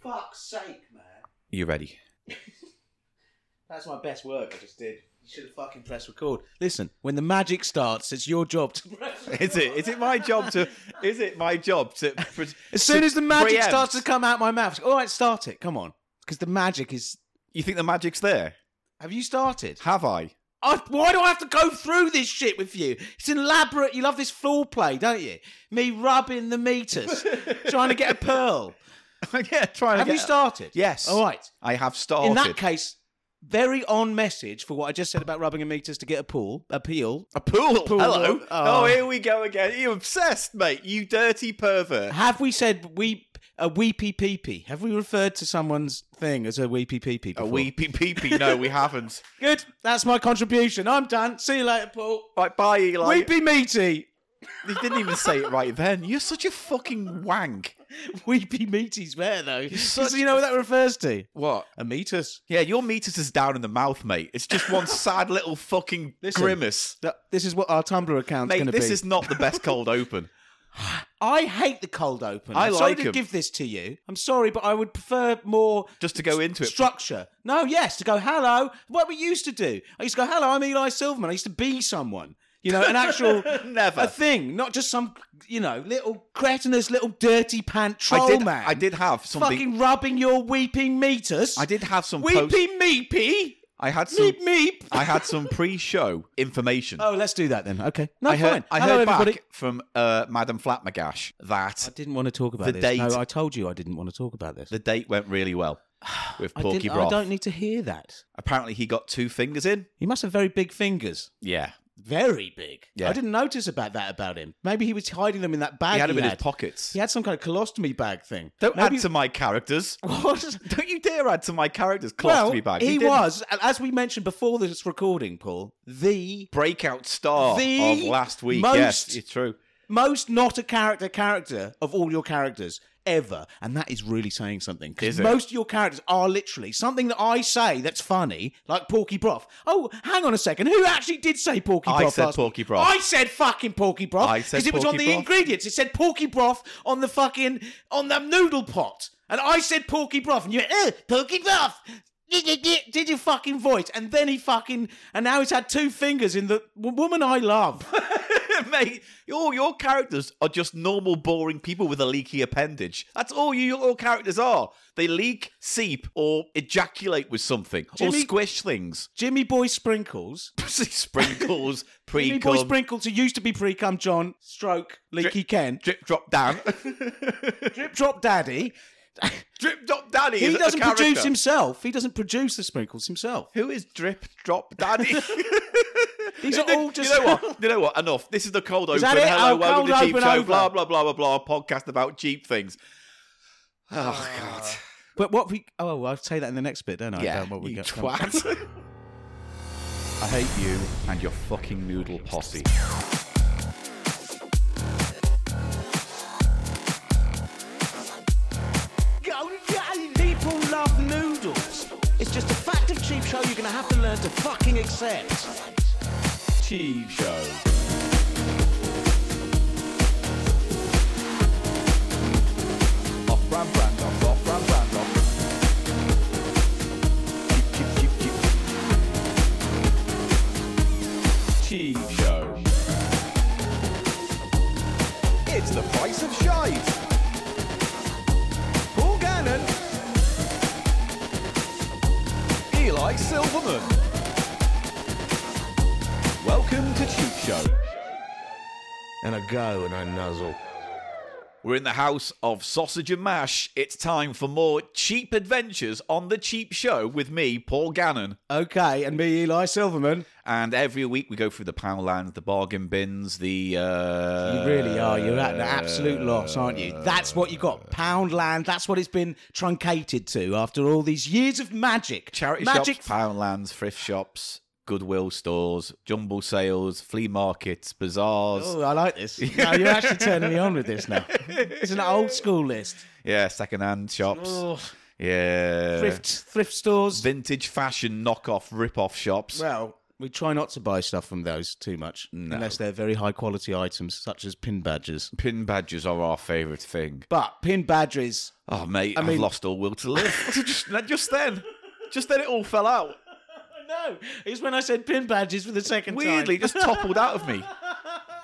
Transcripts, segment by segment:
fuck's sake, man. You ready? That's my best work I just did. You should have fucking pressed record. Listen, when the magic starts, it's your job to. Is Is it? Is it my job to? Is it my job to? As soon as the magic Preempt. starts to come out my mouth, all right, start it. Come on, because the magic is. You think the magic's there? Have you started? Have I? I, why do I have to go through this shit with you? It's elaborate. You love this floor play, don't you? Me rubbing the meters, trying to get a pearl. yeah, trying Have to you get. started? Yes. All right. I have started. In that case, very on message for what I just said about rubbing a meters to get a pool, a peel. a pool. Pool. Hello. Oh. Oh. here we go again. You obsessed, mate. You dirty pervert. Have we said weep a weepy peepee? Have we referred to someone's thing as a weepy peepee? A before? weepy peepee. No, we haven't. Good. That's my contribution. I'm done. See you later, Paul. Right, bye, Eli. Weepy meaty. You didn't even say it right then. You're such a fucking wank. Weepy meaty's rare though. such So you know what that refers to? What? A meatus. Yeah, your meatus is down in the mouth, mate. It's just one sad little fucking Listen. grimace. That- This is what our Tumblr account's Mate, going to be. this is not the best cold open. I hate the cold open. I I'm sorry like to 'em. give this to you. I'm sorry, but I would prefer more Just to go into it. structure. No, yes, to go hello. What we used to do. I used to go hello. I'm Eli Silverman. I used to be someone. You know, an actual Never. a thing, not just some you know little cretinous little dirty pant troll I did. man. I did have something. fucking rubbing your weeping meters. I did have some. Weepy Post- meepy. I had some. Meep meep. I had some pre-show information. Oh, let's do that then. Okay. No, I heard, fine. I Hello, heard everybody. back from uh, Madame Flatmagash I that didn't want to talk about The this. date- No, I told you I didn't want to talk about this. the date went really well with I, Porky didn't- I Broth. don't need to hear that. Apparently, he got two fingers in. He must have very big fingers. Yeah, Very big. Yeah. I didn't notice about that about him. Maybe he was hiding them in that bag. he had them in his had. pockets. He had some kind of colostomy bag thing. Don't Maybe- add to my characters. What? Don't you dare add to my characters. Well, Colostomy bag. he, didn't. was, and as we mentioned before this recording, Paul, the breakout star The of last week. most- Yes, it's true. most not a character character of all your characters ever, and that is really saying something. Because Is it? most of your characters are literally something that I say that's funny, like Porky Broth. Oh, hang on a second, who actually did say Porky I Broth? said last week? Porky Broth. I said fucking Porky Broth. I said because it was on Porky the Broth. ingredients. It said Porky Broth on the fucking on the noodle pot, and I said Porky Broth, and you went, "Eh, Porky Broth." Did your fucking voice, and then he fucking, and now he's had two fingers in the w- woman I love. Mate, all your characters are just normal, boring people with a leaky appendage. That's all you all characters are. They leak, seep, or ejaculate with something, Jimmy- or squish things. Jimmy Boy Sprinkles Sprinkles, Jimmy pre Boy Sprinkles, who used to be pre cum John, stroke, leaky Ken, drip drop down. drip drop daddy. drip drop daddy. He is a doesn't produce character. himself. He doesn't produce the sprinkles himself. Who is drip drop daddy? These are all just You know what? You know what? Enough. This is the cold open. that it? Hello, Oh, welcome cold to Jeep open Show. over. Blah blah blah blah blah. Podcast about Jeep things. Oh god. But what we oh well, I'll say that in the next bit, don't I? Yeah. about what we you got coming. twat. I hate you and your fucking noodle posse. Oh, yeah, People love noodles. It's just a fact of cheap show you're gonna have to learn to fucking accept. Cheap show. Off brand brand off. Off brand brand off. Cheap, cheap, cheap, cheap. Cheap show. It's the price of shite. Paul Gannon. Eli Silverman. Welcome to Cheap Show. and I go and I nuzzle. We're in the house of sausage and mash. It's time for more cheap adventures on the Cheap Show with me, Paul Gannon. Okay, and me, Eli Silverman. And every week we go through the Poundland, the bargain bins, the. You Uh, really are. You're at an absolute loss, aren't you? That's what you got. Poundland. That's what it's been truncated to after all these years of magic. Charity magic shops, Poundlands, thrift shops, Goodwill stores, jumble sales, flea markets, bazaars. Oh, I like this. Now you're actually turning me on with this now. It's an old school list. Yeah, secondhand shops. Oh, Yeah. thrift thrift stores. Vintage fashion knockoff rip-off shops. Well, We try not to buy stuff from those too much, unless they're very high quality items such as pin badges. Pin badges are our favourite thing. But pin badges, Oh, mate, I have mean- lost all will to live. just, just then. Just then it all fell out. no, it's when I said pin badges for the second time. Weirdly, just toppled out of me.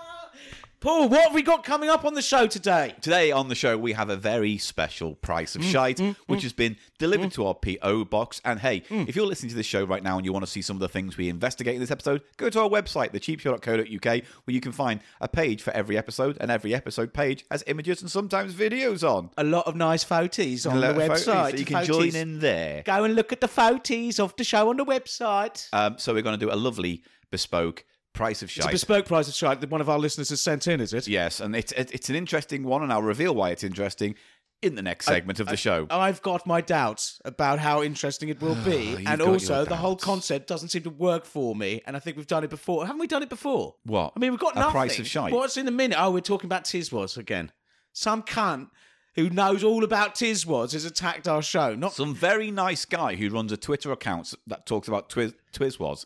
Paul, what have we got coming up on the show today? Today on the show, we have a very special price of shite, which has been delivered to our PO box. And hey, if you're listening to this show right now and you want to see some of the things we investigate in this episode, go to our website, thecheapshow.co.uk, where you can find a page for every episode, and every episode page has images and sometimes videos on. A lot of nice photos on A lot the of photos, website. so you can Photos. join in there. Go and look at the photos of the show on the website. Um, so we're going to do a lovely bespoke price of It's a shite. bespoke prize of shark that one of our listeners has sent in, is it? Yes, and it's it, it's an interesting one, and I'll reveal why it's interesting in the next segment of the show. I've got my doubts about how interesting it will be, Ah, you've got and your also the whole doubts. concept doesn't seem to work for me. And I think we've done it before, haven't we? Done it before? What? I mean, we've got A nothing. price of shite. What's in a minute? Oh, we're talking about Tiswas again. Some cunt who knows all about Tiswas has attacked our show. Not Some very nice guy who runs a Twitter account that talks about Twiz Twizwas.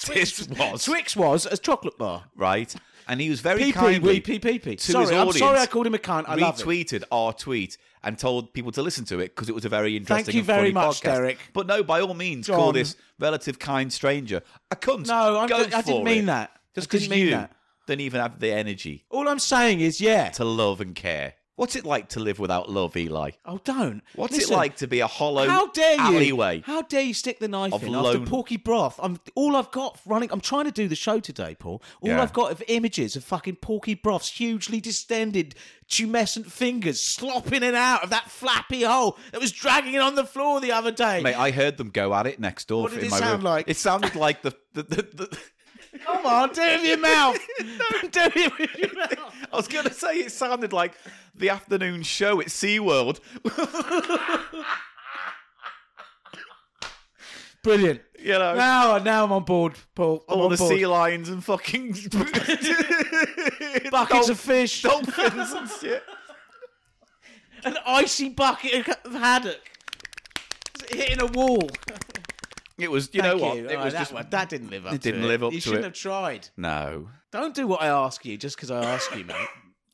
Twizwas, Twix was a chocolate bar. right? And he was very Pee pee kindly wee pee pee pee. to his Sorry, I'm audience, sorry I called him a cunt. I love it. retweeted our tweet and told people to listen to it because it was a very interesting. you and very funny much, podcast. Derek. But no, by all means, call John. this relative kind stranger a cunt. No, I'm, Go I didn't for mean it. that. I Just because didn't mean you that. don't even have the energy All I'm saying is, yeah. to love and care. What's it like to live without love, Eli? Oh, don't. What's Listen, it like to be a hollow How dare you? alleyway? How dare you stick the knife Of in lone- after Porky Broth? I'm all I've got running. I'm trying to do the show today, Paul. All Yeah. I've got of images of fucking Porky Broth's hugely distended, tumescent fingers slopping it out of that flappy hole that was dragging it on the floor the other day. Mate, I heard them go at it next door. What did in it my sound room. like? It sounded like the. the, the, the Come on, do it with your mouth. do it with your mouth. I was going to say it sounded like the afternoon show at SeaWorld. Brilliant. You know, Now, now I'm on board, Paul. Ah, I'm all on the board. sea lions and fucking Buckets dolph- of fish, dolphins and shit. an icy bucket of haddock hitting a wall. It was, you know what? Thank you. It All right, was that, just. one- that didn't live up. it to didn't live up You to shouldn't it. have tried. No, Don't do what I ask you just because I ask you, mate.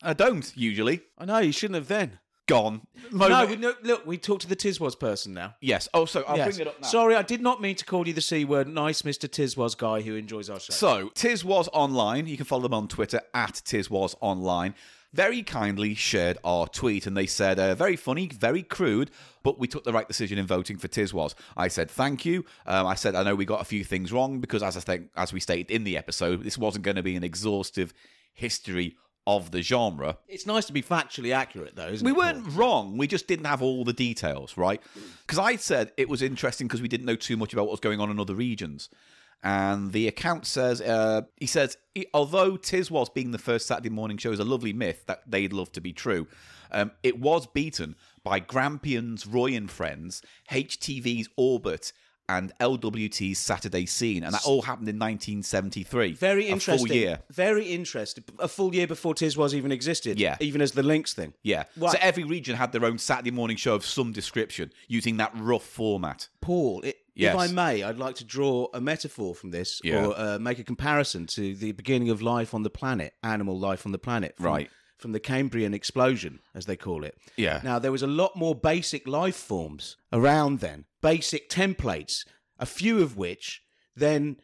I don't usually. I know you shouldn't have then. Gone. No, Moment- we, no, look, we talked to the Tiswas person now. yes. Oh, so I'll Yes. bring it up now. Sorry, I did not mean to call you the C word. Nice Mr. Tiswas guy who enjoys our show. So, Tiz Was Online, you can follow them on Twitter at Tiz Was Online, very kindly shared our tweet and they said, uh, very funny, very crude, but we took the right decision in voting for Tiz Was. I said, thank you. Um, I said, I know we got a few things wrong because, as I think, as we stated in the episode, this wasn't going to be an exhaustive history of the genre. it's nice to be factually accurate, though, isn't We it? weren't wrong. We just didn't have all the details, right? Because I said it was interesting because we didn't know too much about what was going on in other regions. And the account says, uh, he says, "E- although Tiswas being the first Saturday morning show is a lovely myth that they'd love to be true, um, it was beaten by Grampian's Roy and Friends, HTV's Orbit, and LWT's Saturday Scene. And that all happened in 1973. Very A interesting. full year. Very interesting. A full year before Tiswas even existed. Yeah. Even as the links thing. Yeah. Right. So every region had their own Saturday morning show of some description using that rough format. Paul, i Yes. if I may, I'd like to draw a metaphor from this Yeah. or uh, make a comparison to the beginning of life on the planet, animal life on the planet. From, Right. From the Cambrian explosion, as they call it. Yeah. Now, there was a lot more basic life forms around then, basic templates, a few of which then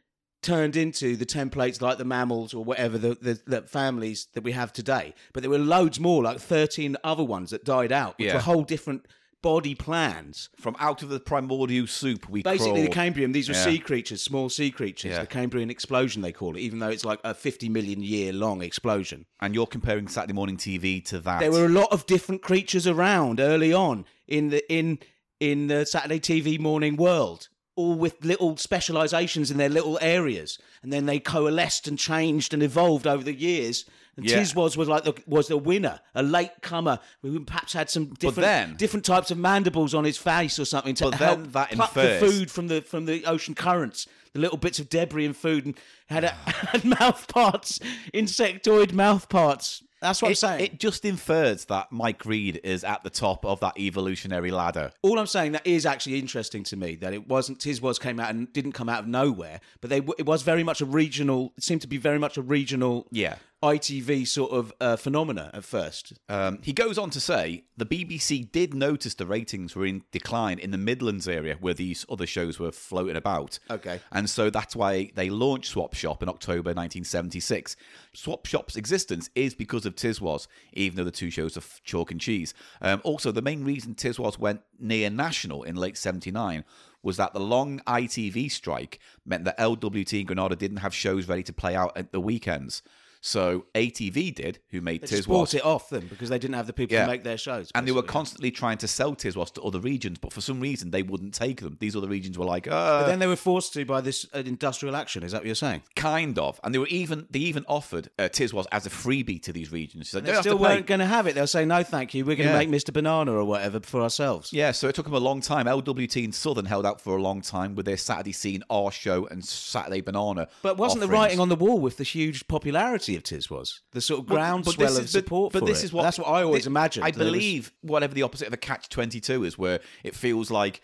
turned into the templates like the mammals or whatever the, the, the families that we have today. But there were loads more, like 13 other ones that died out, which Yeah. were whole different body plans From out of the primordial soup, we Basically, the crawled. Cambrian, these were Yeah. sea creatures, small sea creatures. Yeah. The Cambrian explosion, they call it, even though it's like a 50 million year long explosion. and you're comparing Saturday morning TV to that. There were a lot of different creatures around early on in the in in the Saturday TV morning world, all with little specializations in their little areas, and then they coalesced and changed and evolved over the years. And Yeah. Tiswas was like the, was the winner, a late comer who perhaps had some different then- different types of mandibles on his face or something to But help then that pluck infers- the food from the from the ocean currents, the little bits of debris and food, and had a, had mouth parts, insectoid mouth parts. That's what I'm It- saying. It just infers that Mike Reed is at the top of that evolutionary ladder. all I'm saying that is actually interesting to me that it wasn't Tiz was came out and didn't come out of nowhere, but they it was very much a regional. It seemed to be very much a regional, Yeah. ITV sort of uh, phenomena at first. Um, he goes on to say the BBC did notice the ratings were in decline in the Midlands area where these other shows were floating about. Okay. And so that's why they launched Swap Shop in October 1976. Swap Shop's existence is because of Tiswas, even though the two shows are f- chalk and cheese. Um, also, the main reason Tiswas went near national in late 79 was that the long ITV strike meant that LWT and Granada didn't have shows ready to play out at the weekends. So ATV did, who made They just Tiswas. bought it off them because they didn't have the people Yeah. to make their shows, And they were basically. constantly trying to sell Tiswas to other regions, but for some reason they wouldn't take them. These other regions were like, uh, But then they were forced to by this uh, industrial action. Is that what you're saying? kind of. And they were even they even offered uh, Tiswas as a freebie to these regions. So They still weren't going to have it. They'll say no, thank you. We're going to Yeah. make Mr. Banana or whatever for ourselves. Yeah, so it took them a long time. LWT and Southern held out for a long time with their Saturday Scene, Our Show, and Saturday Banana. But wasn't the writing on the wall with the huge popularity of Tiz was the sort of groundswell this of is- support? But, for this is is what that's what I always thi- imagined. I that it was- believe whatever the opposite of a catch twenty two is, where it feels like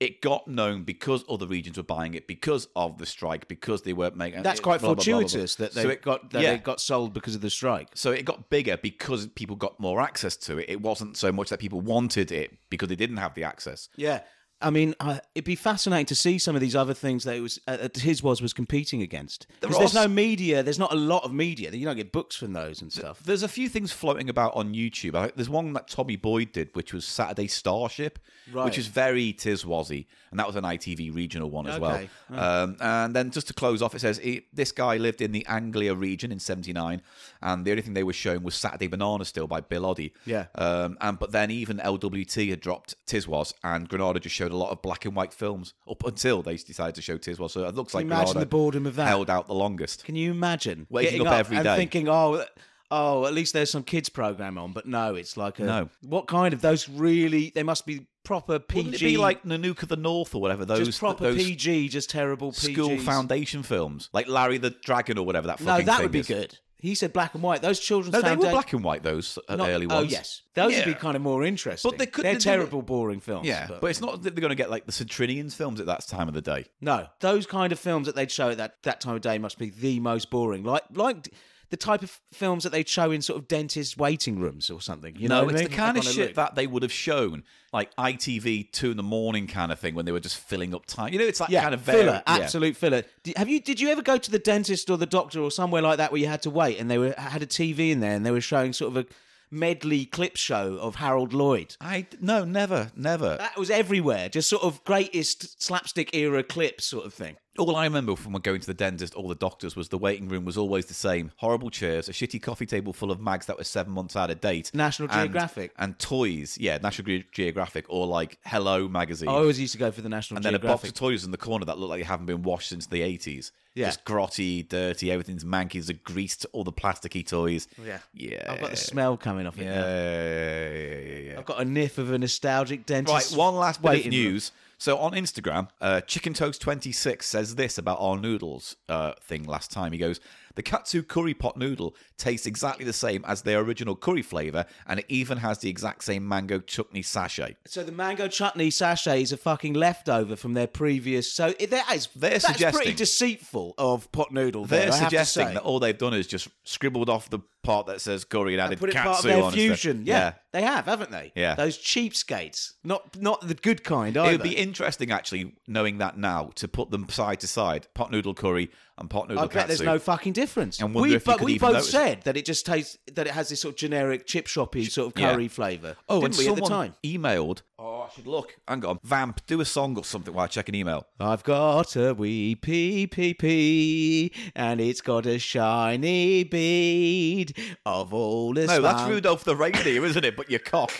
it got known because other regions were buying it because of the strike, because they weren't making. that's quite blah, blah, blah, blah, blah. fortuitous that they So got that yeah. it got sold because of the strike. So it got bigger because people got more access to it. It wasn't so much that people wanted it because they didn't have the access. Yeah, I mean, uh, it'd be fascinating to see some of these other things that it was uh, that his was was competing against. There Because are there's als- no media. There's not a lot of media. You don't get books from those and stuff. There's a few things floating about on YouTube. I, there's one that Tommy Boyd did, which was Saturday Starship, Right. which is very Tiswazzy, and that was an ITV regional one as Okay. well. Um, and then just to close off, it says he, this guy lived in the Anglia region in '79, and the only thing they were showing was Saturday Banana still by Bill Oddie. Yeah. Um, and but then even LWT had dropped Tiswas, and Granada just showed a lot of black and white films up until they decided to show Tiswas. So it looks like imagine Granada the boredom of that? held out the longest. Can you imagine Waking getting up up, every and day. thinking, oh, oh, at least there's some kids program on? But no, it's like a No. What kind of those really? They must be proper PG, Wouldn't it be like Nanuka the North or whatever? Those just proper those PG, just terrible PG. school foundation films, like Larry the Dragon or whatever that No, fucking that thing would be is. good. He said black and white. Those children's No, they founda- were black and white those uh, not- early Oh ones. yes, those would be Yeah. kind of more interesting. But they could- They're they- they- terrible, boring films. Yeah, but, it's not that they're going to get like the Citrinians films at that time of the day. No, those kind of films that they'd show at that, that time of day must be the most boring. Like like the type of films that they'd show in sort of dentist waiting rooms or something. You know, no, what it's I the mean? kind of Like on a shit loop. that they would have shown, like ITV two in the morning kind of thing, when they were just filling up time. You know, it's that yeah, kind of very, filler, absolute filler. Did, have you did you ever go to the dentist or the doctor or somewhere like that where you had to wait and they were had a TV in there and they were showing sort of a medley clip show of Harold Lloyd. I no, never, never. That was everywhere, just sort of greatest slapstick era clips sort of thing. All I remember from going to the dentist or the doctors was the waiting room was always the same. Horrible chairs, a shitty coffee table full of mags that were seven months out of date. National and- Geographic. And, toys. Yeah, National Ge- Geographic or like Hello magazine. I always used to go for the National and then a Oh, Geographic. box of toys in the corner that looked like they haven't been washed since the 80s. Yeah. Just grotty, dirty, everything's manky, the grease, all the plasticky toys. Yeah. Yeah. I've got the smell coming off it. now. yeah, yeah, yeah, yeah. I've got a niff of a nostalgic Right, dentist. one last bit waiting of news. So on Instagram, uh, Chicken Toast Twenty Six says this about our noodles uh, thing last time. He goes, "The katsu curry pot noodle tastes exactly the same as their original curry flavor, and it even has the exact same mango chutney sachet." So the mango chutney sachet is a fucking leftover from their previous. So it, that is They're that's pretty suggesting- deceitful of pot noodle. there, They're I have to suggesting say. that all they've done is just scribbled off the part that says curry and added put it katsu part of their on instead. fusion. Yeah, they have, haven't they? Yeah. those cheapskates, not not the good kind either. It would be interesting, actually, knowing that now to put them side to side: pot noodle curry and pot noodle I bet there's katsu. no fucking difference. And wonder we, if you but could we even both notice it. said that it just tastes that it has this sort of generic chip shoppy sort of yeah. curry flavour. Oh, didn't and we at someone the time? emailed. Oh, I should look. Hang on, vamp, do a song or something while I check an email. I've got a wee pee pee pee, and it's got a shiny bead of all this. No, that's Rudolph the reindeer, isn't it? But your cock.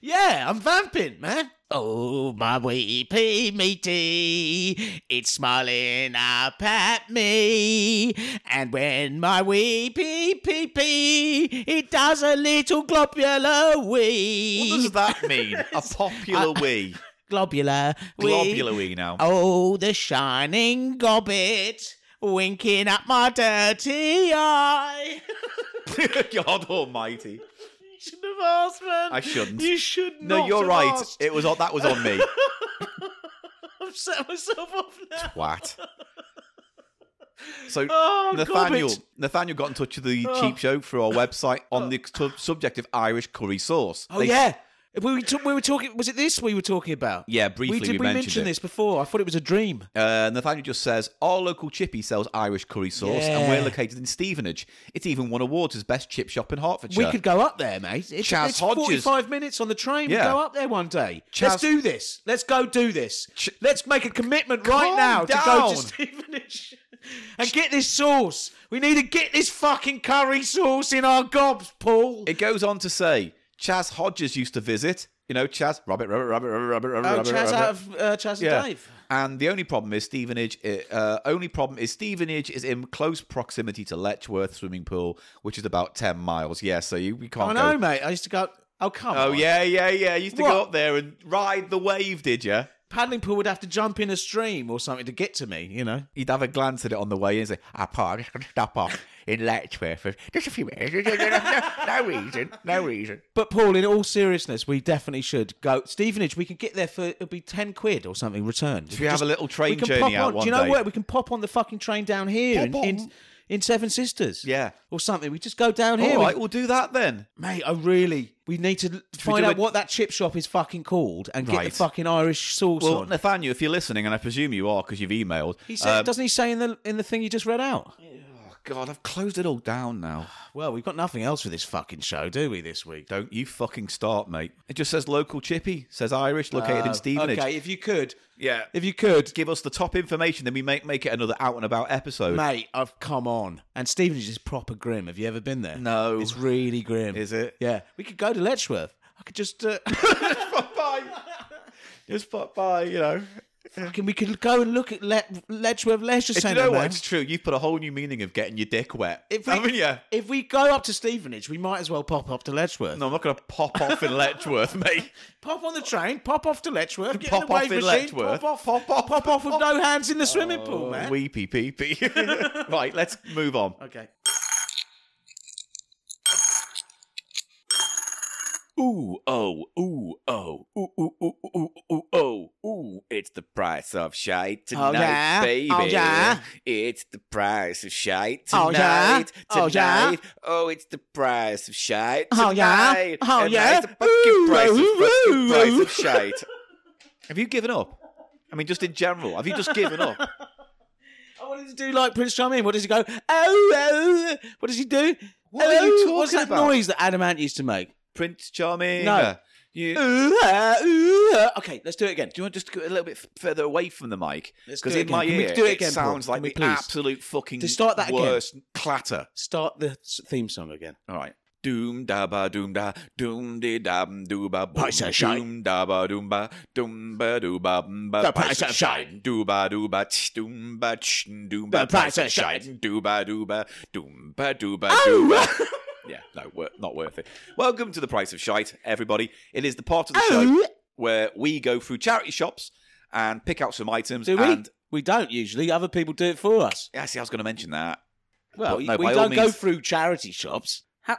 Yeah, I'm vamping, man. Oh, my wee pee meaty, it's smiling up at me. And when my wee pee pee pee, it does a little globular What wee. does that mean? a popular wee. globular wee. Globular wee now. Oh, the shining gobbit winking at my dirty eye. God Almighty! you shouldn't have asked, man. I shouldn't. You should not. No, you're have right. asked. It was on, that was on me. I've set myself off now. Twat. So Oh, Nathaniel garbage. Nathaniel got in touch with the cheap show through our website on the su- subject of Irish curry sauce. Oh They- yeah. We were, ta- we were talking. Was it this we were talking about? Yeah, we briefly did. we We, mentioned mentioned it. this before. I thought it was a dream. Uh, Nathaniel just says our local chippy sells Irish curry sauce, and Yeah. we're located in Stevenage. It's even won awards as best chip shop in Hertfordshire. We could go up there, mate. It's, Chaz it's Hodges. 45 minutes on the train. Yeah. We go up there one day. Chaz- Let's do this. Let's go do this. Let's make a commitment right Calm now to go down. to Stevenage and get this sauce. We need to get this fucking curry sauce in our gobs, Paul. It goes on to say Chaz Hodges used to visit. You know, Chaz Rabbit, Rabbit, Rabbit, Rabbit, Rabbit, oh, Rabbit. Chaz rabbit. out of uh, Chaz and Dave. And the only problem is Stevenage. Uh, only problem is Stevenage is in close proximity to Letchworth swimming pool, which is about ten miles. Yeah, so you we can't. I know, go. mate. I used to go. Oh come Oh on. yeah, yeah, yeah. You used to go What? up there and ride the wave, did you? Paddling pool would have to jump in a stream or something to get to me. You know. He'd have a glance at it on the way and say, "I park, just gonna stop off in Letchworth for just a few minutes. No, reason, no reason." But Paul, in all seriousness, we definitely should go Stevenage. We can get there for it'll be ten quid or something returned. we have a little train we can journey pop out on, one Do you know day. what? We can pop on the fucking train down here in, Pop on. in in Seven Sisters. Yeah. or something. We just go down here, All We- right, we'll do that then. mate. I really we need to find do out it- what that chip shop is fucking called and get Right. the fucking Irish sauce Well, on. Nathaniel, if you're listening, and I presume you are because you've emailed, he said, um, doesn't he say in the in the thing you just read out? oh, "God, I've closed it all down now." Well, we've got nothing else for this fucking show, do we? This week. Don't you fucking start, mate. It just says local chippy, says Irish, located in Stevenage. Ah, Um, Okay, if you could, Yeah. if you could, Give us the top information, then we make make it another out and about episode. Mate, I've come on. And Stevenage is proper grim. Have you ever been there? No. It's really grim. Is it? Yeah. We could go to Letchworth. I could just. Uh, Pop by. Just pop by, you know. fucking, we could go and look at Le- Letchworth Leisure If you Centre. know what? man. It's true. You've put a whole new meaning of getting your dick wet. If we- haven't you? If we go up to Stevenage, we might as well pop up to Letchworth. No, I'm not going to pop off in Letchworth, mate. Pop on the train, pop off to Letchworth, get Pop in the off wave in machine, Letchworth. Oh, pop off, pop off, pop off with no hands in the swimming pool, man. Weepy peepy. right, let's move on. okay. Ooh, oh, ooh, oh, ooh, ooh, ooh, ooh, ooh, oh, ooh. It's the price of shite tonight, Oh, yeah. baby. Oh, yeah. It's the price of shite tonight. Oh, yeah. Oh, yeah. tonight. Oh, it's the price of shite Oh, yeah. tonight. Oh, and yeah. It's the fucking Ooh, price, ooh, of, fucking ooh, price ooh. of shite. Have you given up? I mean, just in general, have you just given up? I wanted to do like Prince Charming. What does he go? Oh, oh. What does he do? Oh, What are you What's talking that about? noise that Adamant used to make? Prince Charming. uh, No. You, Ooh, ah, ooh, ah. Okay, let's do it again. Do you want to just go a little bit f- further away from the mic? Let's Because do it in my again. Can we ear, do it it, again, Paul? sounds like Can we the please? absolute fucking To start that again. worst clatter. Start the s- theme song again. All right. Doom da ba doom da doom de da doo ba boom. Price of shite. Doom da ba doom ba doom ba doo ba mm, ba. The price of shite. Doo ba doo ba tch, doom ba tch, doom ba. The price of Oh! shite. Doo ba doo ba doom ba doo ba doo ba. Yeah, no, wor- not worth it. Welcome to the price of shite, everybody. It is the part of the show Oh, where we go through charity shops and pick out some items do we? and we don't usually. Other people do it for us. Yeah, see, I was going to mention that. Well, But no, we by all don't go means- through charity shops. How-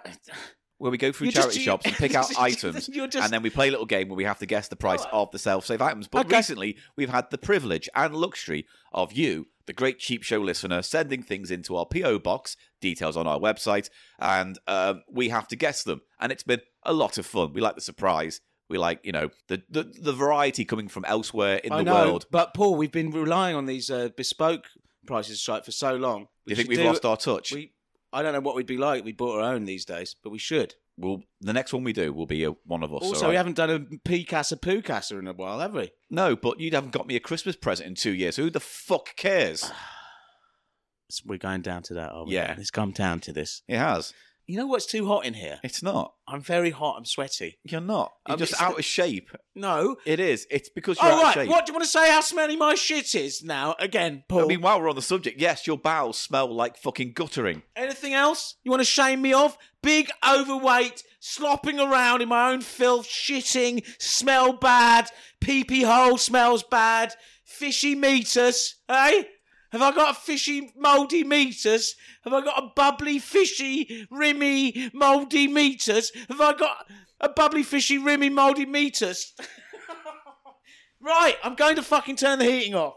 Where we go through You're just- charity shops and pick out items, You're just- and then we play a little game where we have to guess the price of the self-save items. But Okay. recently, we've had the privilege and luxury of you, the great cheap show listener, sending things into our PO box. Details on our website, and um, we have to guess them. And it's been a lot of fun. We like the surprise. We like, you know, the the, the variety coming from elsewhere in I the know, world. but Paul, we've been relying on these uh, bespoke prices site for so long. Do you think should we've do- lost our touch? We, I don't know what we'd be like. if We bought our own these days, but we should. Well, the next one we do will be a, one of us. Also, all right? we haven't done a Picasa Pucasa in a while, have we? No, but you haven't got me a Christmas present in two years. Who the fuck cares? So we're going down to that, are we? Yeah. It's come down to this. It has. You know what's too hot in here? It's not. I'm very hot. I'm sweaty. You're not. You're Um, just it's out the- of shape. No. It is. It's because you're All out right. of shape. What do you want to say? How smelly my shit is now? Again, Paul. I mean, while we're on the subject, yes, your bowels smell like fucking guttering. Anything else you want to shame me of? Big overweight, slopping around in my own filth, shitting, smell bad, pee pee hole smells bad, fishy meters, eh? Have I got a fishy, mouldy meatus? Have I got a bubbly, fishy, rimmy, mouldy meatus? Have I got a bubbly, fishy, rimmy, mouldy meatus? right, I'm going to fucking turn the heating off.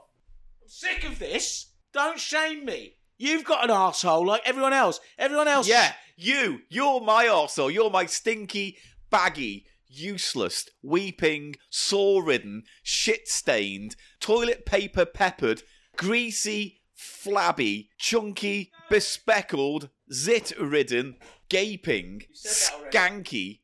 I'm sick of this. Don't shame me. You've got an asshole like everyone else. Everyone else. Yeah, you. You're my arsehole. You're my stinky, baggy, useless, weeping, sore ridden, shit stained, toilet paper peppered, greasy, flabby, chunky, bespeckled, zit ridden, gaping, said that skanky,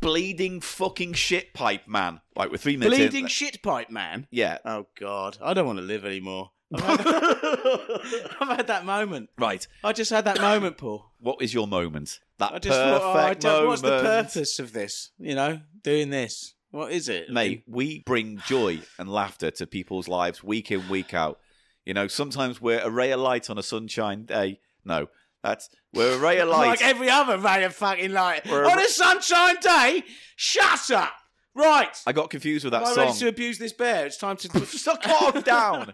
bleeding fucking shit pipe man. Right, we're three minutes in. Bleeding shit pipe man. Yeah. Oh God, I don't want to live anymore. I've had, I've had that moment. Right. I just had that moment, Paul. What is your moment? That I just perfect thought, oh, I don't, moment. what's the purpose of this? You know, doing this. What is it, mate, we bring joy and laughter to people's lives week in, week out. You know, sometimes we're a ray of light on a sunshine day. No, that's we're a ray of light. Like every other ray of fucking light We're- on a sunshine day. Shut up. Right. I got confused with that Am I song. ready to abuse this bear? It's time to. so calm down,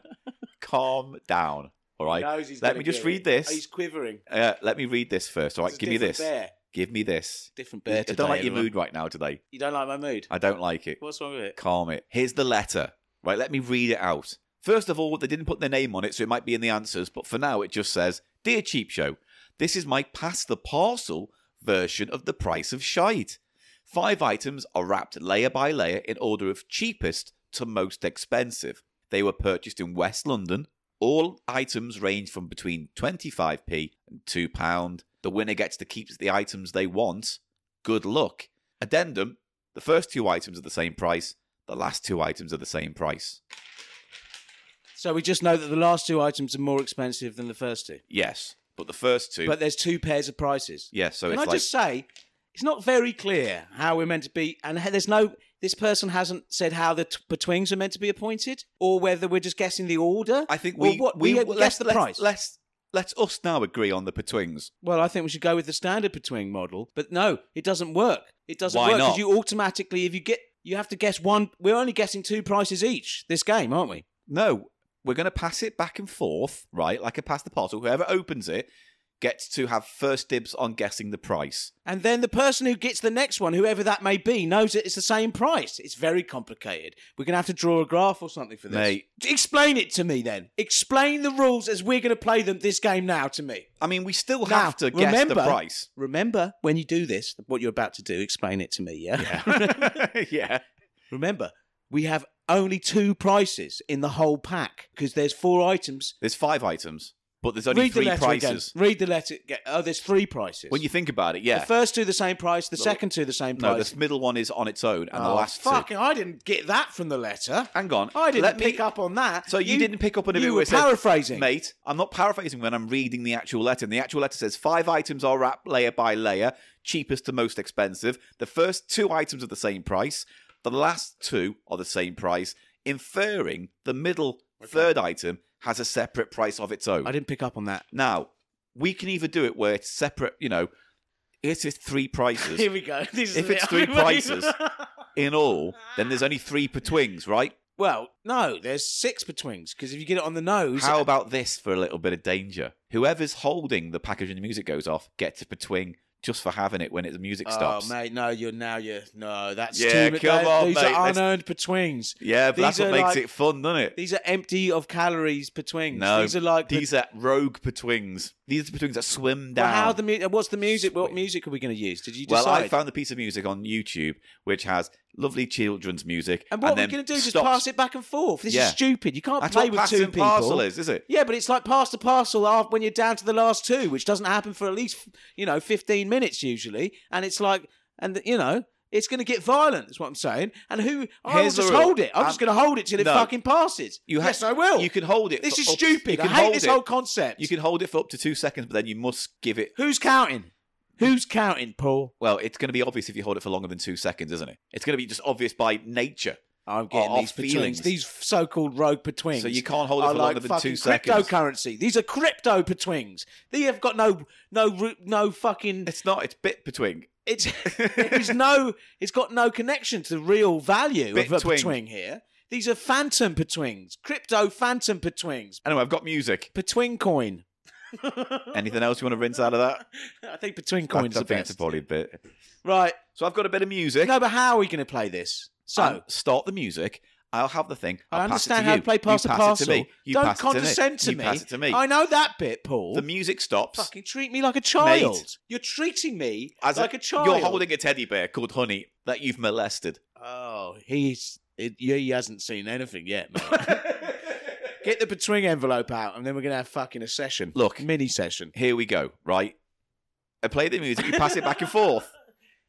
calm down. All He right, knows he's let gonna me just get read it. this. He's quivering. uh, let me read this first. All right, It's a give me different this. Bear. Give me this. Different I bear. don't today, like your everyone. mood right now today. You don't like my mood. I don't like it. What's wrong with it? Calm it. Here's the letter. Right, let me read it out. First of all, they didn't put their name on it, so it might be in the answers, but for now it just says Dear Cheap Show, this is my pass the parcel version of the price of shite. Five items are wrapped layer by layer in order of cheapest to most expensive. They were purchased in West London. All items range from between 25p and £2. The winner gets to keep the items they want. Good luck. Addendum the first two items are the same price, the last two items are the same price. So we just know that the last two items are more expensive than the first two. Yes, but the first two. But there's two pairs of prices. yeah, so Can it's I like. just say, it's not very clear how we're meant to be, and ha- there's no. This person hasn't said how the t- betwings are meant to be appointed, or whether we're just guessing the order. I think or we. what we, we, let's- guess the let's- price. Let's, let's us now agree on the betwings. well, I think we should go with the standard betwing model, but no, it doesn't work. It doesn't Why work not? you automatically, if you get, you have to guess one. We're only guessing two prices each this game, aren't we? No, we're going to pass it back and forth, right? Like a pass the parcel. Whoever opens it gets to have first dibs on guessing the price. And then the person who gets the next one, whoever that may be, knows that it's the same price. It's very complicated. We're going to have to draw a graph or something for this. Mate. Explain it to me then. Explain the rules as we're going to play them this game now to me. I mean, we still Now, have to guess remember- the price. Remember, when you do this, what you're about to do, explain it to me, yeah? yeah. Remember, we have only two prices in the whole pack because there's four items. There's five items, but there's only Read three the letter prices. Again. Read the letter. aga- Oh, there's three prices. When you think about it, yeah. the first two the same price, the second two the same no, price. this middle one is on its own, and the Oh, last two. fucking, I didn't get that from the letter. Hang on. I didn't Let me- pick up on that. So you, didn't pick up on a you bit were where it said- paraphrasing. mate. I'm not paraphrasing when I'm reading the actual letter. And the actual letter says five items are wrapped layer by layer, cheapest to most expensive. The first two items are the same price. The last two are the same price, inferring the middle third item has a separate price of its own. I didn't pick up on that. Now we can either do it where it's separate. You know, it's just three Here prices we go. This is If it. it's three prices. in all. Then there's only three betwings, right? well, no, there's six betwings because if you get it on the nose, How about this for a little bit of danger? Whoever's holding the package and the music goes off gets a betwing just for having it when it, the music stops. Oh, mate, no, you're now you're no. That's Yeah, too much. come on, These mate, are let's- unearned betwings. Yeah, but These that's what are makes like- it fun, doesn't it? These are empty of calories betwings. No, these are like the- these are rogue betwings. These are betwings that swim down. well, how the mu- what's the music? What music are we going to use? Did you Well, decide? I found the piece of music on YouTube which has lovely children's music. and what are we then going to do? Just stops. pass it back and forth. This Yeah. is stupid. You can't That's play what with pass two and people. parcel is, is it? Yeah, but it's like pass the parcel af- when you're down to the last two, which doesn't happen for at least you know 15 minutes usually, and it's like, and you know. It's going to get violent. Is what I'm saying. And who? I will Here's the just rule. hold it. I'm, Um, just going to hold it till it no. fucking passes. You ha- yes, I will. You can hold it. This for is up- stupid. You can I hate hold this it. whole concept. You can hold it for up to two seconds, but then you must give it Who's counting? Who's counting, Paul? Well, it's going to be obvious if you hold it for longer than two seconds, isn't it? It's going to be just obvious by nature. I'm getting getting these these feelings. betwings. These so-called rogue betwings. So you can't hold it are for like longer than fucking two seconds. Cryptocurrency. These are crypto betwings. They have got no, no, ru- no fucking. It's not. It's bit between. It's there's no. It's got no connection to the real value of a Bitwing. betwing here. These are phantom petwings, crypto phantom petwings, Anyway, I've got music. petwing coin. Anything else you want to rinse out of that? I think between coins are I, I the think it's best. probably a bit. Right. So I've got a bit of music. No, but how are we going to play this? So And start the music. I'll have the thing. I'll I Um, pass it understand to how you. to play pass you the pass parcel. It to me. You Don't pass it to me. condescend to You me. pass it to me. I know that bit, Paul. The music stops. Fucking treat me like a child. You're treating me As like a, child. You're holding a teddy bear called Honey that you've molested. Oh, he's it, he hasn't seen anything yet, man. Get the between envelope out, and then we're gonna have fucking a session. Look. mini session. Here we go, right? I play the music, you pass it back and forth.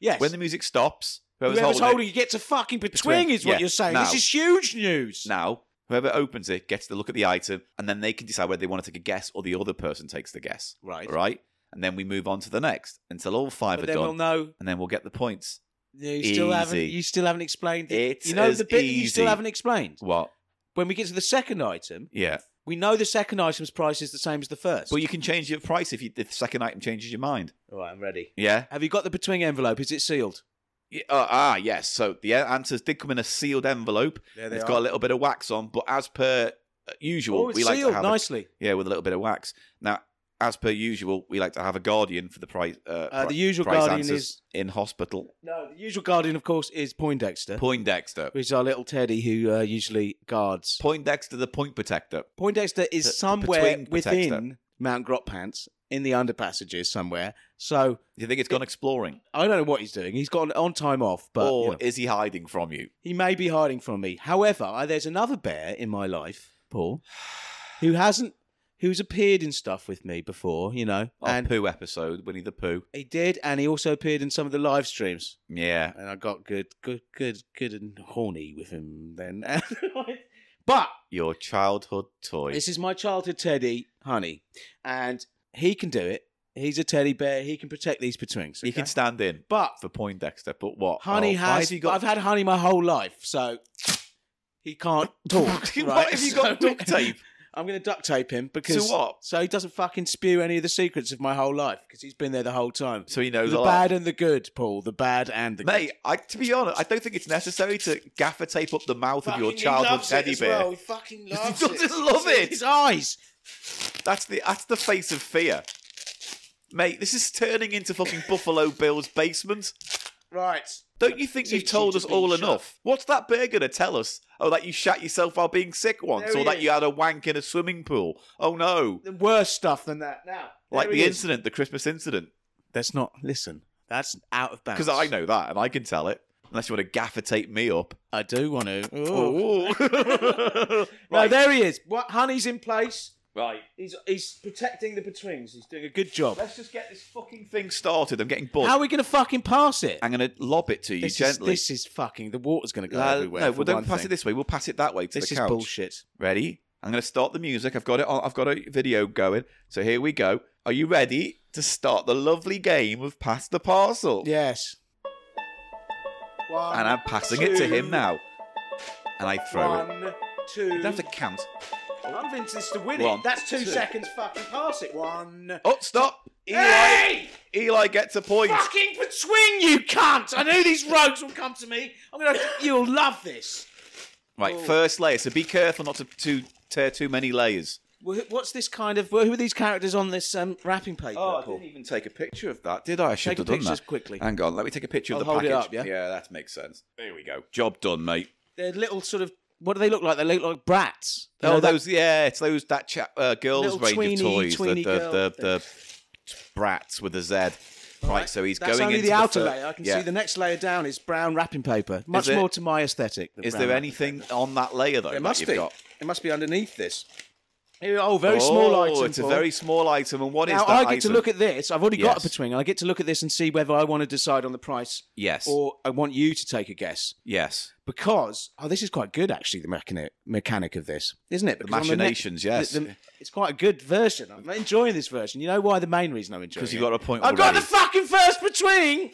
Yes. When the music stops, whoever's, Whoever's holding, holding, it, you get to fucking between, Betwing, is what yeah, you're saying. now. This is huge news. it now, whoever opens it gets to look at the item and then they can decide whether they want to take a guess or the other person takes the guess, Right. right? And then we move on to the next until all five But are then done we'll know. and then we'll get the points. Yeah, You still haven't. Easy. You still haven't explained. The, It's you know as the bit that you still easy. haven't explained. What? When we get to the second item, Yeah. We know the second item's price is the same as the first. But you can change your price if, you, if the second item changes your mind. All right, I'm ready. Yeah? Have you got the between envelope? Is it sealed? Yeah, uh, ah, yes. So the a- answers did come in a sealed envelope. There It's got a little bit of wax on, but as per uh, usual, Oh, it's we like sealed to have a- nicely. yeah, with a little bit of wax. Now, as per usual, we like to have a guardian for the price. Uh, Uh, pri- the usual price guardian answers is in hospital. no. The usual guardian, of course, is Poindexter, Poindexter. who's our little teddy who uh, usually guards. Poindexter, the point protector. Poindexter is The- the somewhere between E protector. within Mount Grot Pants in the underpassages somewhere. So Do you think it's gone exploring, I don't know what he's doing. He's got an on time off, but or you know, is he hiding from you? he may be hiding from me. However, I, there's another bear in my life, Paul, who hasn't, who's appeared in stuff with me before, you know, Our and poo episode, Winnie the Pooh. He did, and he also appeared in some of the live streams. Yeah, And I got good, good, good, good and horny with him then. but your childhood toy. this is my childhood teddy, honey, and he can do it. He's a teddy bear. He can protect these betwings. He can okay? stand in but for Poindexter, but what? honey Oh, why has. you got I've had honey my whole life, so he can't talk. What right? have you got So- duct tape? I'm going to duct tape him to because what? so he doesn't fucking spew any of the secrets of my whole life because he's been there the whole time. So he knows a the lot. bad and the good, Paul. The bad and the good. Mate, I, to be honest, I don't think it's necessary to gaffer tape up the mouth of your childhood teddy bear. He fucking loves doesn't it. love It's in it. His eyes. That's the that's the face of fear. Mate, this is turning into fucking Buffalo Bill's basement. Right. Don't you think you've Teach told you us to all be shut. enough? What's that bear gonna tell us? Oh, that you shat yourself while being sick once, There or he that is. you had a wank in a swimming pool. Oh no, The worse stuff than that. Now, there like it the is. incident, the Christmas incident. That's not. Listen, that's out of bounds. Because I know that, and I can tell it. Unless you want to gaffer tape me up. I do want to. Oh. No, right, there he is. What? Honey's in place. right. He's he's protecting the betwings. He's doing a good job. Let's just get this fucking thing started. I'm getting bored. How are we going to fucking pass it? I'm going to lob it to you This is, gently. this is fucking. The water's going to go Uh, everywhere. no, for we don't one pass thing. it this way. We'll pass it that way to This the is couch. bullshit. Ready? I'm going to start the music. I've got it. On, I've got a video going. So here we go. Are you ready to start the lovely game of pass the parcel? Yes. One, And I'm passing it to him two, now. And I throw it. One, two. You don't have to count. I'm Vincent's to win One, it. That's two, two. seconds. Fucking pass it. One. Oh, stop! Eli, Hey! Eli gets a point. Fucking swing, you cunt! I knew these rogues would come to me. I'm gonna. You'll love this. Right, Oh. first layer. So be careful not to, to tear too many layers. Well, who- What's this kind of? Who are these characters on this um, wrapping paper? Paul? Oh, even take a picture of that, did I? I should Take a have done picture that. quickly. Hang on, let me take a picture I'll of the hold it package. up, yeah? that makes sense. There we go. Job done, mate. They're little sort of. What do they look like? They look like brats. You oh, know, that- those yeah, it's those that chap uh, girls Little range tweeny, of toys, the, the, tweeny girl the, the brats with a Z. Right, so he's That's going only into the outer fir- layer. I can yeah. see the next layer down is brown wrapping paper. Much there- more to my aesthetic. than Is brown there wrapping anything on that layer though? It must that you've be. Got? It must be underneath this. Here- Oh, very small oh, item. It's a Paul. very small item, and what is Now that I get to item? look at this. I've already got a Yes. between. I get to look at this and see whether I want to decide on the price Yes. or I want you to take a guess. yes. Because oh, this is quite good actually. The mechanic mechanic of this, isn't it? Because on the ne- machinations, yes. the- the- it's quite a good version. I'm enjoying this version. You know why? The main reason I'm enjoying. Because you've it. got a point I've got already. the fucking first between.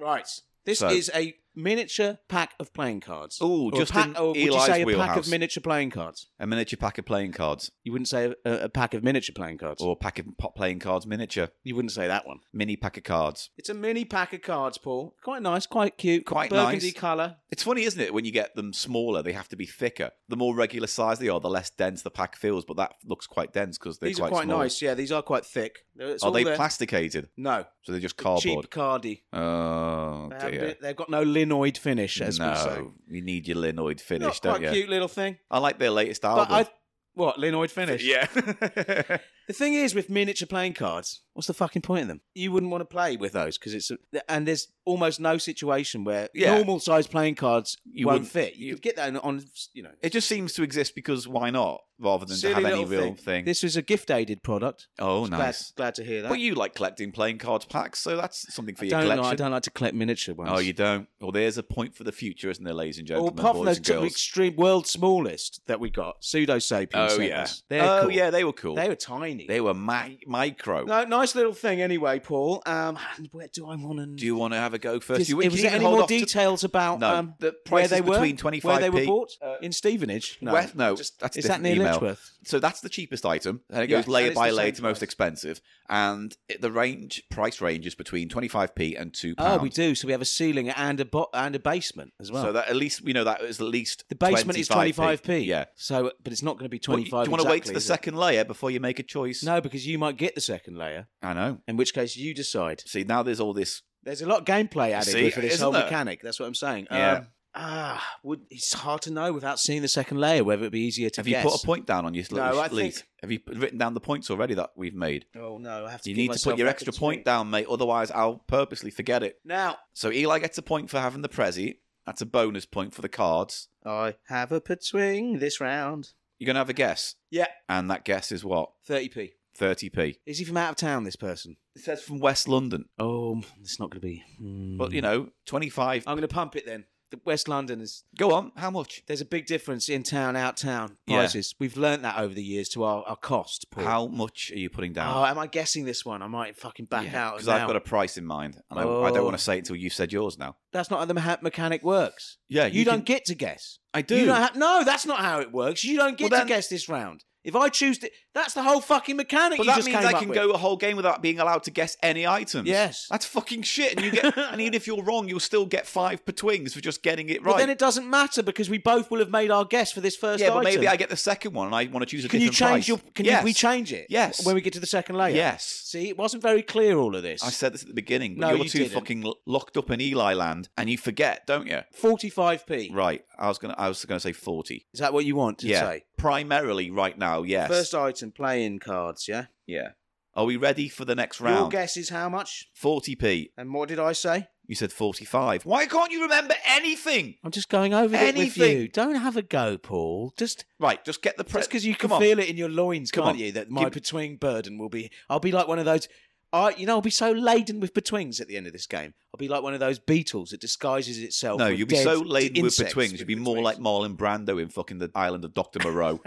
Right. This So- is a miniature pack of playing cards. Ooh, Or a just pack, in or would you Eli's say a pack wheelhouse. of miniature playing cards? A miniature pack of playing cards, You wouldn't say a, a pack of miniature playing cards. or a pack of pop playing cards miniature, you wouldn't say that one. mini pack of cards. It's a mini pack of cards, Paul. Quite nice, quite cute, Quite burgundy nice. colour. It's funny, isn't it? When you get them smaller, they have to be thicker. The more regular size they are, the less dense the pack feels. But that looks quite dense because they're These quite, are quite small. nice. Yeah, these are quite thick. It's Are all they the- plasticated? No, So they're just cardboard. cheap cardy. Oh They dear. have got no linoid finish, as we say. no, you need your linoid finish, Not don't quite you? cute little thing. I like their latest album. But I, what linoid finish? yeah. The thing is, with miniature playing cards, what's the fucking point of them? You wouldn't want to play with those because it's and there's almost no situation where Yeah. normal size playing cards You won't wouldn't- fit. You, you- could get that on, on you know. it just seems to exist because why not, rather than silly to have any little real thing. This is a gift aided product. oh, Glad- nice. Glad, to hear that. But you like collecting playing cards packs, so that's something for I your don't, like, I collection. don't like to collect miniature ones. Oh, you don't. Well, there's a point for the future, isn't there, ladies and Well, gentlemen, apart from boys those and two girls? extreme world smallest that we got, pseudo sapiens. Oh sent yeah. us. They're Oh cool. yeah, they were cool. They were tiny. They were mi- micro. no, nice little thing anyway, Paul. Um, where do I want to? Do you want to have a go first? Does- you was can there even any hold more off to- details about No, um, the where price they is were, between where they 25p were bought in Stevenage? No, West- no, Just- that's a is that different near email. Letchworth? So that's the cheapest item, and it Yeah, goes layer that is by the layer same to most price. expensive. And it, the range price range is between twenty five p and two Oh, pounds. we do. So we have a ceiling and a bo- and a basement as well. So that at least we know that is at least the basement is twenty 25p. five p. Yeah. So, but it's not going to be But twenty you- five. do you want to wait to exactly, the is it? second layer before you make a choice? No, because you might get the second layer, I know. in which case you decide. See, now there's all this. There's a lot of gameplay added See, for this isn't whole there? mechanic. That's what I'm saying. Yeah. Um, ah, would, it's hard to know without seeing the second layer whether it'd be easier to Have guess. you put a point down on your No, little I sheet? think- Have you p- written down the points already that we've made? Oh no, I have to. You give need to myself put your back a extra two. point down, mate. Otherwise, I'll purposely forget it. Now So Eli gets a point for having the Prezi. That's a bonus point for the cards. I have a swing this round. You're going to have a guess. Yeah. And that guess is what? Thirty p. 30p. Is he from out of town? This person. It says from West London. Oh, it's not going to be. Hmm. But, you know, 25. I'm going to pump it then. The West London is. Go on. How much? There's a big difference in town, out town Yeah. prices. We've learnt that over the years to our, our cost. Paul. How much are you putting down? Oh, am I guessing this one? Oh, I might fucking back out. Because I've got now. a price in mind. And I, I don't Oh. want to say it until you've said yours now. That's not how the mecha- mechanic works. Yeah. You, don't get to guess. I do. You don't ha- no, that's not how it works. You don't get Well, to then- guess this round. If I choose to, that's the whole fucking mechanic. but you that just means came I up can with. go a whole game without being allowed to guess any items. Yes. That's fucking shit. And you get and even if you're wrong, you'll still get five per twings for just getting it right. But then it doesn't matter because we both will have made our guess for this first yeah, but maybe item. I get the second one and I want to choose a can you different change price. your? Can yes. you, we change it? Yes. When we get to the second layer. Yes. See, it wasn't very clear all of this. I said this at the beginning, but No, you're you too didn't. fucking l- locked up in Eli land, and you forget, don't you? forty-five p. Right. I was gonna. I was gonna say forty. Is that what you want to yeah. say? Primarily, right now, yes. First item, playing cards. Yeah. yeah. Are we ready for the next Your round? guess is how much? Forty p. And what did I say? You said forty-five. Why can't you remember anything? I'm just going over it with Anything. you. Don't have a go, Paul. Just Right. Just get the press. just because you can Come on. feel it in your loins, Come can't on. you? That my Give- between burden will be. I'll be like one of those. I, you know, I'll be so laden with betwings at the end of this game. I'll be like one of those beetles that disguises itself. No, with you'll be dead so laden with insects betwings. You'll be more betwings. like Marlon Brando in fucking the island of Doctor Moreau.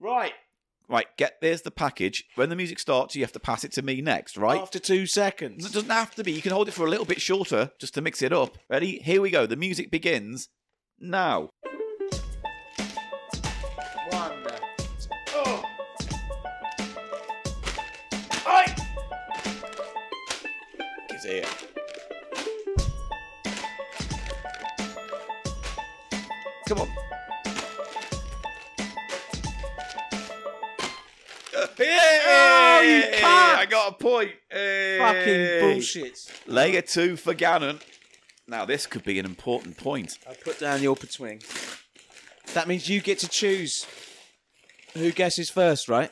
right right. Get there's the package. When the music starts, you have to pass it to me next. Right. after two seconds. It doesn't have to be. You can hold it for a little bit shorter just to mix it up. Ready? Here we go. The music begins now. Oh. It's here. Come on. Oh, you can't. I got a point. Hey. Fucking bullshit. Layer two for Gannon. Now this could be an important point. I put down your betwing. That means you get to choose who guesses first, right?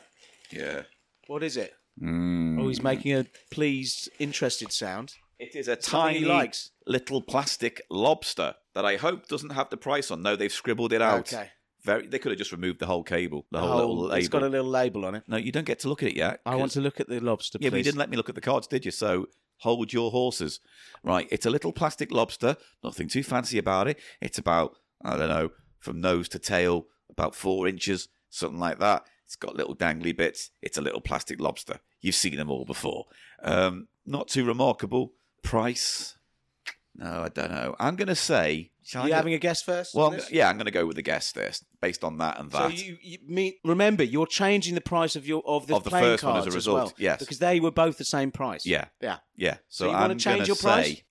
Yeah. What is it? Hmm. Oh, he's making a pleased, interested sound. It is a Something he tiny likes. little plastic lobster that I hope doesn't have the price on. No, they've scribbled it out. Okay. Very. They could have just removed the whole cable, the whole little Oh, label. it's got a little label on it. No, you don't get to look at it yet. I want 'cause- to look at the lobster. Yeah, but you please. didn't let me look at the cards, did you? So hold your horses. Right, it's a little plastic lobster. Nothing too fancy about it. It's about I don't know, from nose to tail, about four inches, something like that. It's got little dangly bits. It's a little plastic lobster. You've seen them all before. Um, not too remarkable. Price No, I don't know. I'm going to say. Shall you I go- having a guess first? well, on I'm this? go- yeah, I'm going to go with the guess this based on that and So that. you, you mean remember you're changing the price of your of the, Of the playing first one as cards a as well, result, yes. because they were both the same price. yeah, yeah. yeah. So So, you I'm wanna change gonna your price? say,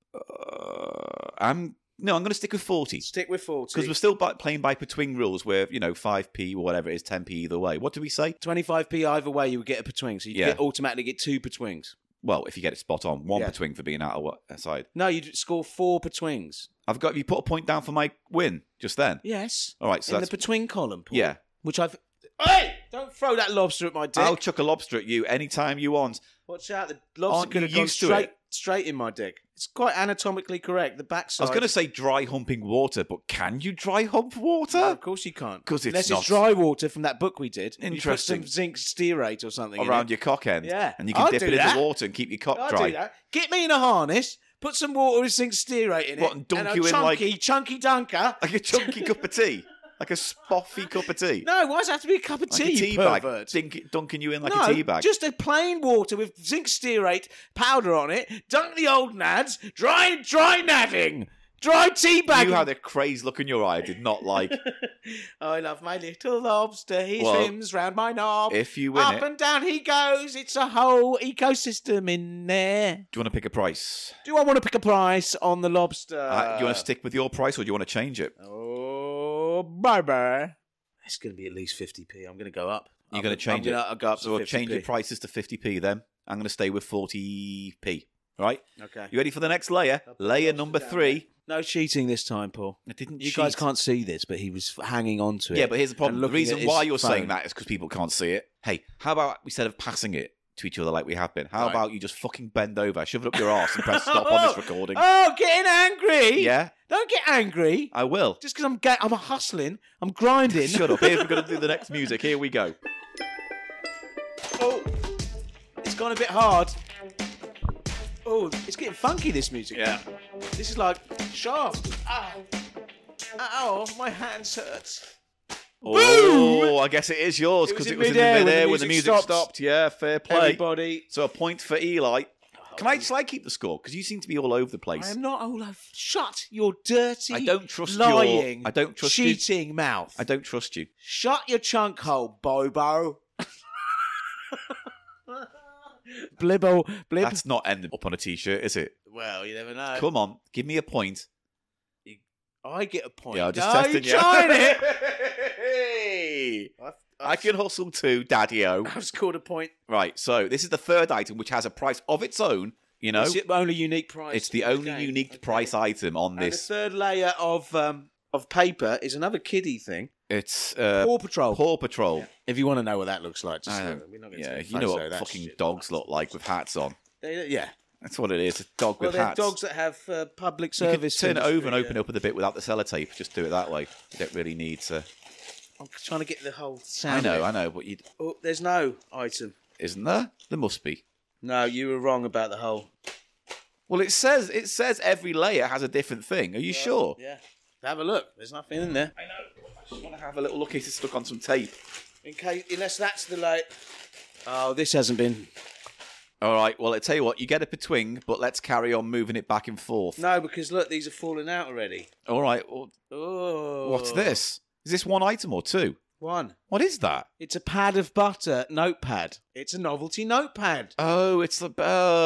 Uh, I'm no, I'm going to stick with forty Stick with because forty. we're still by, playing by between rules, where you know five p or whatever it is, ten p either way. What do we say? 25p either way, you would get a between. So you Yeah. get, automatically get two betwings. Well, if you get it spot on, one Yeah. between for being out of what side. No, you score four betwings. I've got you put a point down for my win just then. Yes. All right, Oh, so in that's the between column. Paul, yeah. Which I've. Hey! Don't throw that lobster at my dick. I'll chuck a lobster at you anytime you want. Watch out! The Aren't lobster you could have gone used to straight it? straight in my dick. It's quite anatomically correct. The I backside. was going to say dry humping water, but can you dry hump No, water of course you can't. 'Cause it's Unless not. it's dry water from that book we did. You put Interesting. some zinc stearate or something in around it. your cock end? Yeah, and you can I'll dip do it in that. the water and keep your cock I'll dry. do that. Get me in a harness. Put some water with zinc stearate in What, it. and dunk a you in like- chunky, chunky dunker. Like a chunky cup of tea, like a spoffy cup of tea. No, why does it have to be a cup of like tea? a you tea bag, pervert? dink- dunking you in like no, a tea bag. just a plain water with zinc stearate powder on it. Dunk the old nads. Dry, dry nadding. Dry tea bag. you had a crazed look in your eye. I did not like. I love my little lobster. He Well, swims round my knob. if you win Up it, and down he goes. It's a whole ecosystem in there. do you want to pick a price? Do I want to pick a price on the lobster? Uh, do you want to stick with your price or do you want to change it? Oh, bye bye. It's going to be at least 50p. I'm going to go up. You're I'm going to change I'm it. Gonna, I'll go up so to we'll change your 50p. prices to 50p then. I'm going to stay with 40p. Right? Okay. You ready for the next layer? Layer number three. No cheating this time, Paul. I didn't You guys cheat. can't see this, but he was hanging on to it. Yeah, but here's the problem. and The looking at reason his why you're saying phone. that is because people can't see it. Hey, how about instead of passing it to each other like we have been, how Right. about you just fucking bend over, shove it up your arse, and press stop on this recording? Oh, getting angry! Yeah, Don't get angry. I will. Just because I'm ga- I'm hustling, I'm grinding. Shut up. Here we're going to do the next music. Here we go. Oh, it's gone a bit hard. Oh, it's getting funky. This music. Yeah. This is like shaft. Ow. Ow, oh, my hands hurt. Oh, I guess it is yours It was because in it was in the midair when the midair when the music music stopped. stopped. Yeah, fair play. Everybody. Oh. So a point for Eli. Can I, shall I keep the score? Because you seem to be all over the I place. am not all over. Shut your dirty, I don't trust your- lying, I don't trust you- cheating mouth. I don't trust you. Shut your chunk hole, Bobo. Blibbo, blib. That's not ending up on a t-shirt, is it? well, you never know. Come on, give me a point. I get a point. Yeah, i I'm just no, testing you. you. tried it. Hey! uh, I can hustle too, Daddy-O. I scored a point. Right, so this is the third item, which has a price of its own. You know, It's the only unique prize. it's the only game. unique Okay. price item on And this. the third layer of um, of paper is another kiddie thing. It's uh, Paw Patrol. Paw Patrol. If you want to know what that looks like, just I know. we're not going Yeah, to you know what fucking dogs look like with hats on. yeah. That's what it is. A dog Well, with they're hats. dogs that have uh, public you could service. turn it over and industry, open it up with a bit without the sellotape. Just do it that way. You don't really need to. yeah. I'm trying to get the whole sound. I know, in. I know, but you Oh, there's no item. isn't there? There must be. No, you were wrong about the whole. Well, it says it says every layer has a different thing. Are you sure? Yeah. Have a look. There's nothing in there. Just want to have a little look. It's stuck on some tape. In case, unless that's the like. Oh, this hasn't been. All right. Well, I tell you what, you get a betwing, but let's carry on moving it back and forth. No, because look, these are falling out already. All right. Well, Oh. what's this? Is this one item or two? One. What is that? It's a pad of butter notepad. It's a novelty notepad. Oh, it's the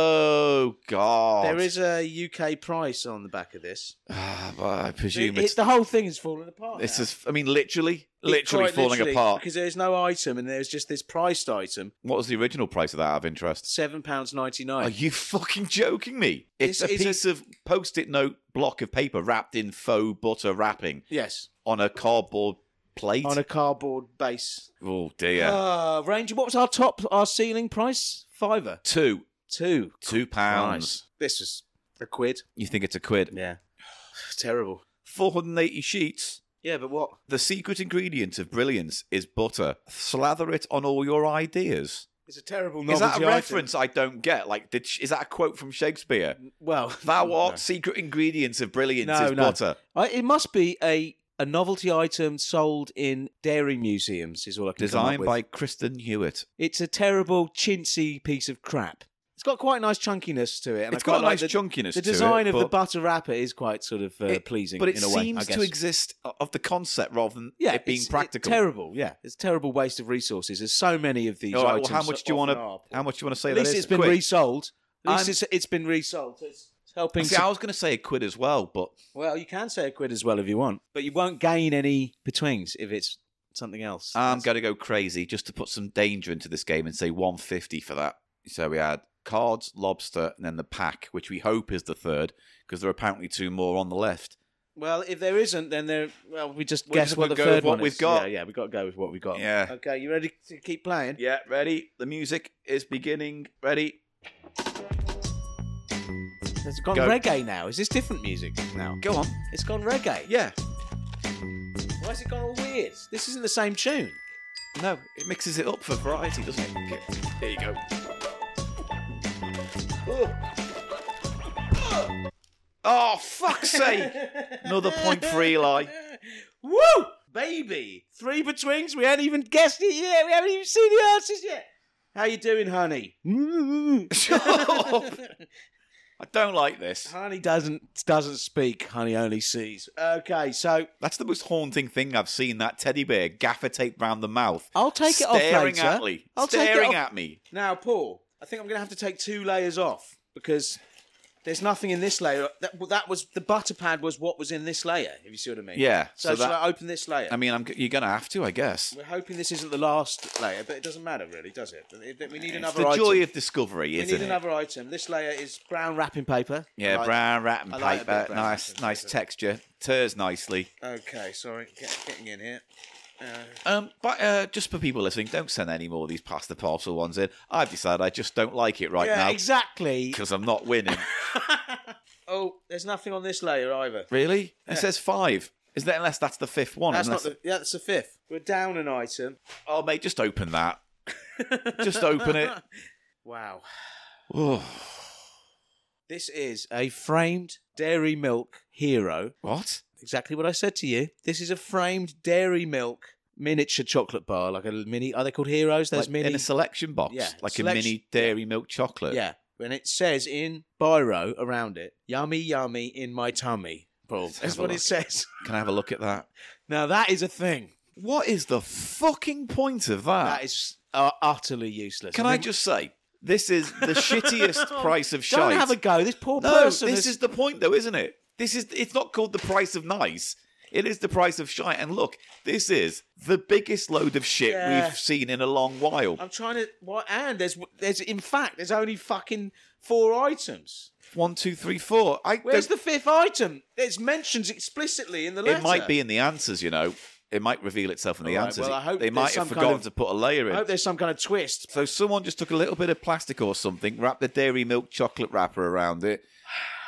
oh god. There is a UK price on the back of this. Ah, well, I It, presume it- it's. the whole thing is falling apart. This now. is. I mean, literally, It literally quite falling literally, apart. because there's no item and there's just this priced item, What was the original price of that? Out of interest. seven pounds ninety Are nine. you fucking joking me? It's This a is a- piece of post-it note block of paper wrapped in faux butter wrapping Yes, on a cardboard plate. on a cardboard base. Oh dear. Ah, Ranger, what was our top, our ceiling price? Fiver, two, two two pounds. Nice. This was a quid. You think it's a quid? Yeah, terrible. Four hundred and eighty sheets. Yeah, but what? The secret ingredient of brilliance is butter. Slather it on all your ideas. It's a terrible. Is that novelty a item. reference I don't get? Like, did is that a quote from Shakespeare? Well, Thou art no. secret ingredients of brilliance No, is no. butter. I, it must be a, a novelty item sold in dairy museums, is all I can come up Designed with. by Kristen Hewitt. It's a terrible, chintzy piece of crap. It's got quite a nice chunkiness to it. And It's I quite got a like nice the, chunkiness The to it, design of the but- butter wrapper is quite sort of uh, It- pleasing But it in a way, I seems guess. to exist o- of the concept rather than yeah, it being it's- it's practical. terrible, yeah. It's a terrible waste of resources. There's so many of these All right, well, items. how much do you want often are. to? How much do you want to say? At that least is? it's been Quid. resold. At least I'm- it's, it's been resold. So It's it's helping. See, to- I was going to say a quid as well, but well, you can say a quid as well if you want, but you won't gain any betwings if it's something else. I'm That's- going to go crazy just to put some danger into this game and say 150 for that. So we had cards, lobster, and then the pack, which we hope is the third because there are apparently two more on the left. Well, if there isn't, then there. Well, we just We're guess just what gonna the go with third what one we've is. got. Yeah, yeah, we've got to go with what we've got. Yeah. Okay, you ready to keep playing? Yeah, ready? The music is beginning. Ready? It's gone Go. reggae now. Is this different music now? Go on. It's gone reggae. Yeah. Why has it gone all weird? This isn't the same tune. No, it mixes it up for variety, doesn't it? There you go. Oh, fuck's sake! Another point for Eli. Woo! Baby! Three betwings. We haven't even guessed it yet. We haven't even seen the answers yet. How you doing, honey? Shut up. I don't like this. honey doesn't doesn't speak. Honey only sees. Okay, so That's the most haunting thing I've seen. That teddy bear gaffer tape round the mouth. I'll take it off staring later. at me. I'll take it staring off- at me. Now, Paul, I think I'm going to have to take two layers off because there's nothing in this layer. That, well, that was the butter pad was what was in this layer. If you see what I mean. Yeah, So, so shall that- I open this layer? I mean, I'm, g- you're gonna have to, I guess. we're hoping this isn't the last layer, but it doesn't matter really, does it? We need It's another the item. joy of discovery, we need isn't it? another item. This layer is brown wrapping paper. Yeah, Right. brown wrapping I like a bit paper, of brown nice, wrapping nice paper. texture, tears nicely. Okay, sorry, get, getting in here. Um, but uh, just for people listening, don't send any more of these pasta parcel ones in. I've decided I just don't like it right yeah, now exactly. because I'm not winning. Oh, there's nothing on this layer either. really? It says five. Is that unless that's the fifth one? That's not unless- the. Yeah, that's the fifth. We're down an item. Oh, mate, just open that. just open it. Wow. Oh, This is a framed dairy milk hero. what? Exactly what I said to you. This is a framed dairy milk miniature chocolate bar, like a little mini. Are they called heroes? Those Like mini. in a selection box, Yeah, like a selection- mini dairy milk chocolate. yeah. And it says in biro around it, "Yummy, yummy in my tummy." Paul, have that's a what look. it says. Can I have a look at that? Now that is a thing. What is the fucking point of that? That is uh, utterly useless. Ah. Can I think- just say, this is the shittiest price of shite. don't have a go? This poor no, person. this is the point though, isn't it? This is it's not called the price of nice. It is the price of shite. And look, this is the biggest load of shit Yeah. we've seen in a long while. I'm trying to. What? And there's there's in fact there's only fucking four items. One, two, three, four. I Where's don't- the fifth item? It's mentioned explicitly in the letter. it might be in the answers, you know. It might reveal itself in the All right, answers. well, I hope they there's might have some kind forgotten of- to put a layer in. I hope there's some kind of twist. So someone just took a little bit of plastic or something, wrapped the dairy milk chocolate wrapper around it,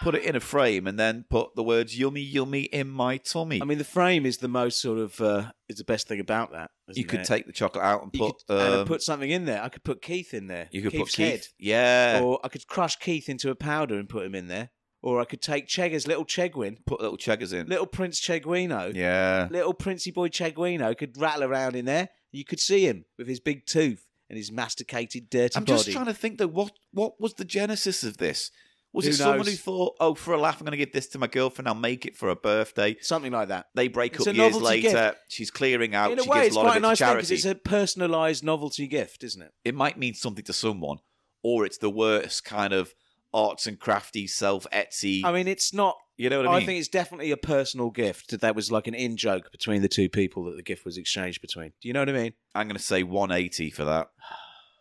put it in a frame, and then put the words "yummy, yummy" in my tummy. I mean, the frame is the most sort of uh, is the best thing about that. isn't you could it? take the chocolate out and You put. could- and I um, put something in there. I could put Keith in there. you could Keith's put Keith. head. Yeah. or I could crush Keith into a powder and put him in there. Or I could take Chegger's little Chegwin, put little checkers in. little Prince Cheguino, yeah. little Princey boy Cheguino could rattle around in there. You could see him with his big tooth and his masticated, dirty I'm body. just trying to think though. What what was the genesis of this? Was Who it someone who knows? thought, "Oh, for a laugh, I'm going to give this to my girlfriend. I'll make it for her birthday." Something like that. They break It's up a years novelty later. gift. She's clearing out. In a she way, gives it's a lot quite a of it to nice thing charity. because it's a personalised novelty gift, isn't it? it might mean something to someone, or it's the worst kind of arts and crafty self Etsy. I mean, it's not. you know what I I mean? think it's definitely a personal gift. That that was like an in joke between the two people that the gift was exchanged between. Do you know what I mean? I'm going to say 180 for that.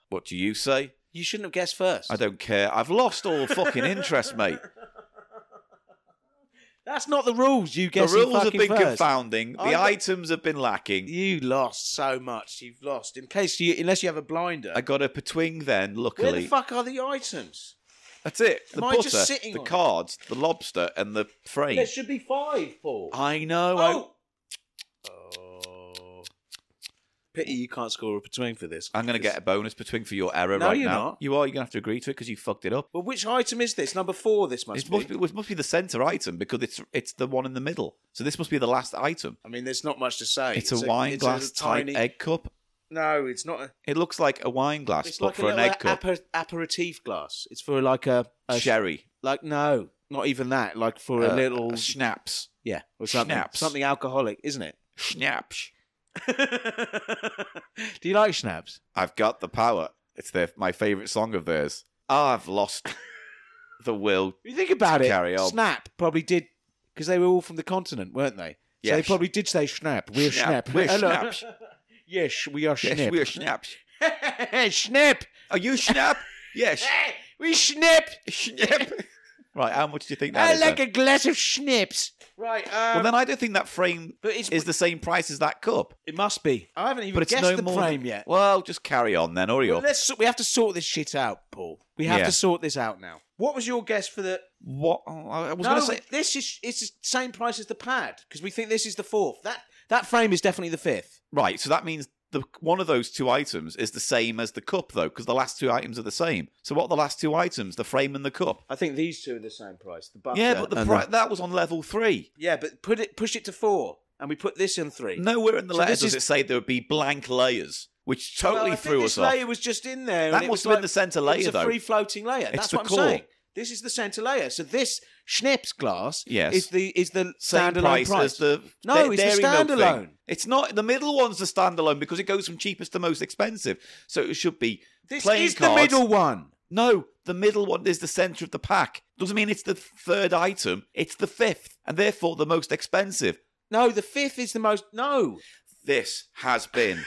What do you say? You shouldn't have guessed first. I don't care. I've lost all fucking interest, mate. That's not the rules. You The guessed rules have been first. confounding. The I got- items have been lacking. You lost so much. You've lost. In case you, unless you have a blinder. I got a patwing then, Where luckily. the fuck are the items? That's it. The Am I butter, just sitting the on it? cards, the lobster, and the frame. There should be five, Paul. I know. I- oh. Oh. Pity you can't score a between for this. I'm going to get a bonus betwing for your error No, right you're now. not. You are. You're going to have to agree to it because you fucked it up. Well, which item is this? Number four. This must It be. must be, it must be the center item because it's it's the one in the middle. So this must be the last item. I mean, there's not much to say. It's, a wine glass it's a tiny, type egg cup. No, it's not. A, It looks like a wine glass, it's but like for a an little egg cup. aper- aperitif glass. It's for like a, a sh- Sherry. like no, not even that. Like for a Uh, little Schnapps. yeah or something schnapps. something alcoholic, isn't it? Schnapps. Do you like schnapps? I've got the power. It's their my favorite song of theirs. I've lost the will. If you think about it, Carry on. Snap probably did because they were all from the continent, weren't they? So they Yes. probably did say Snap. We're Snap. Schnapp. We're Hello. Schnapps. Yes, we are Snap. Yes, we're Schnapps. Snap. Are you Schnapp? yes, We Snap. Schnapp. Right, how much do you think that I is like then? a glass of Schnips. Right. Um, Well, then I don't think that frame but it's, is the same price as that cup. it must be. I haven't even But it's guessed no the more. frame than- yet. Well, just carry on then, or Well, let's so- we have to sort this shit out, Paul. We have Yeah. to sort this out now. What was your guess for the? What? oh, I was no, going to say. this is it's the same price as the pad because we think this is the fourth. That that frame is definitely the fifth. Right, so that means the one of those two items is the same as the cup, though, because the last two items are the same. So what are the last two items? The frame and the cup. I think these two are the same price. The butter. yeah, but the Uh, and pri- that was on level three. yeah, but put it push it to four, and we put this in three. Nowhere in the So letter this does is- it say there would be blank layers, which totally Well, I threw think us this off. layer was just in there. and That it must was have been like- the centre it was layer, a though. free floating layer. That's the what I'm core. saying. This is the centre layer. So this Schnips glass Yes. is the is the Same standalone price, as the No, da- it's the dairy milk thing. standalone. It's not the middle one's the standalone because it goes from cheapest to most expensive. So it should be This playing is cards. the middle one. No, the middle one is the centre of the pack. Doesn't mean it's the third item. It's the fifth, and therefore the most expensive. No, the fifth is the most. No, This has been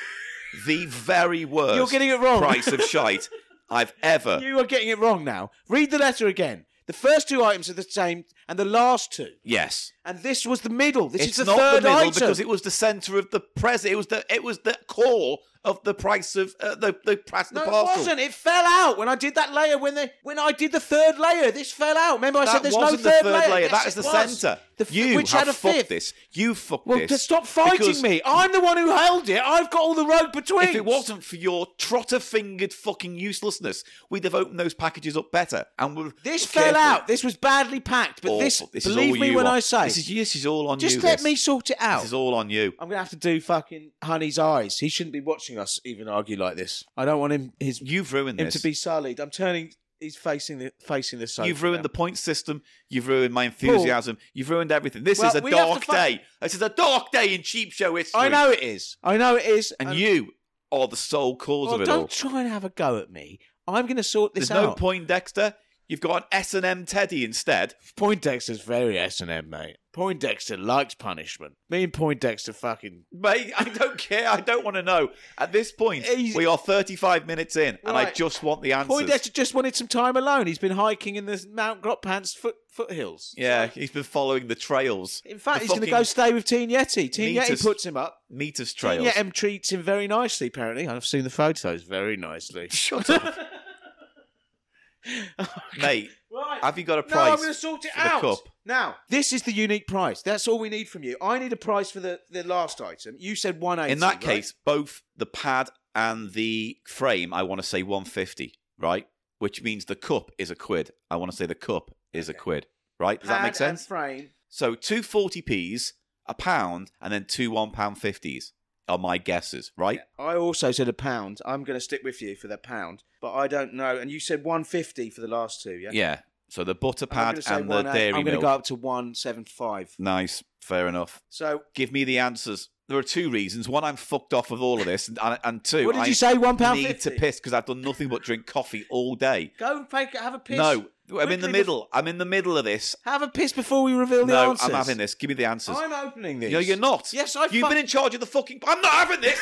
the very worst. You're getting it wrong. Price of shite I've ever. you are getting it wrong now. Read the letter again. The first two items are the same, and the last two. Yes. And this was the middle. This it's is the not third the middle item. because it was the center of the present. It was the it was the core of the price of uh, the the price of No, the it parcel. wasn't. It fell out when I did that layer. When they when I did the third layer, this fell out. Remember, I That said there's wasn't no third, the third layer. Yes, That it is the was. center. The f- you which have had a fucked fifth. this. You fucked Well, this. just stop fighting Because me. I'm the one who held it. I've got all the road between. If it wasn't for your trotter-fingered fucking uselessness, we'd have opened those packages up better. And we're this careful. fell out. This was badly packed. But Awful. this, this is believe all me you when are. I say, this is this is all on you. just let this. me sort it out. This is all on you. I'm gonna have to do fucking Honey's eyes. He shouldn't be watching us even argue like this. I don't want him his You've ruined him this. to be sullied. I'm turning. He's facing the facing the sofa. You've ruined now. the point system. You've ruined my enthusiasm. You've ruined everything. This Well, is a we have to dark fu- day. This is a dark day in cheap show history. I know it is. I know it is. And you are the sole cause Well, of it Oh, don't all. try and have a go at me. I'm going to sort this There's no out. point, Dexter. You've got an S and M Teddy instead. Poindexter's very S and M, mate. Poindexter likes punishment. Me and Poindexter fucking. Mate, I don't care. I don't want to know. At this point, He's- we are 35 minutes in, and I Right. just want the answers. Poindexter just wanted some time alone. He's been hiking in the Mount Grotpants foot foothills. Yeah, he's been following the trails. In fact, The he's going to fucking go stay with Teen Yeti. Teen meters- Yeti puts him up. meters Teen trails. Yeti treats him very nicely. Apparently, I've seen the photos. Very nicely. Shut up, mate. Right. Have you got a price? No, I'm going to sort it for the out. cup. Now, this is the unique price. That's all we need from you. I need a price for the, the last item. You said 180. In that right? case, both the pad and the frame, I want to say 150, right? Which means the cup is a quid. I want to say the cup is a quid, right? Does that Pad make sense? And frame. So two 40p's, a pound, and then two £1.50s are my guesses, right? I also said a pound. I'm going to stick with you for the pound, but I don't know. And you said 150 for the last two, yeah? Yeah. So the butter I'm pad gonna say and the 180. dairy I'm going milk. to go up to 175. Nice. Fair enough. So, Give me the answers. There are two reasons. One, I'm fucked off with all of this, and, and, and two, what did I you say? One pound need to fifty. piss because I've done nothing but drink coffee all day. Go and take, have a piss. No, I'm in Quickly the bef- middle. I'm in the middle of this. Have a piss before we reveal the no, answers. I'm having this. Give me the answers. I'm opening this. no, you're not. Yes, I You've fuck- been in charge of the fucking. I'm not having this.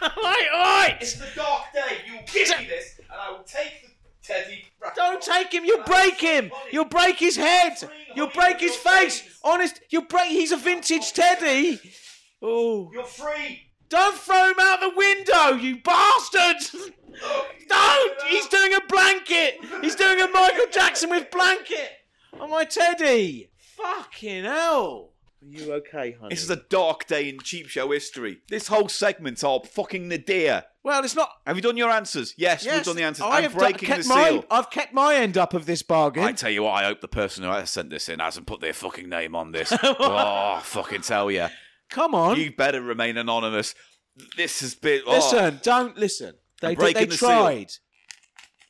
Right, right. the dark day. You give me this, and I will take the teddy. Don't take him. You'll break him. You'll break his head. You'll break his face. Honest, you'll break. He's a vintage teddy. Oh. You're free. Don't throw him out the window, you bastard! Don't! He's doing a blanket. He's doing a Michael Jackson with blanket on my teddy. Fucking hell! Are you okay, honey? This is a dark day in cheap show history. This whole segment are fucking nadir. well, it's not. Have you done your answers? Yes, Yes, we've done the answers. I am have do- breaking kept the my, seal. I've kept my end up of this bargain. I tell you what, I hope the person who has sent this in hasn't put their fucking name on this. oh, I fucking tell you. Come on. You better remain anonymous. This has been. oh. Listen, don't listen. They, I'm did, they breaking the seal. tried.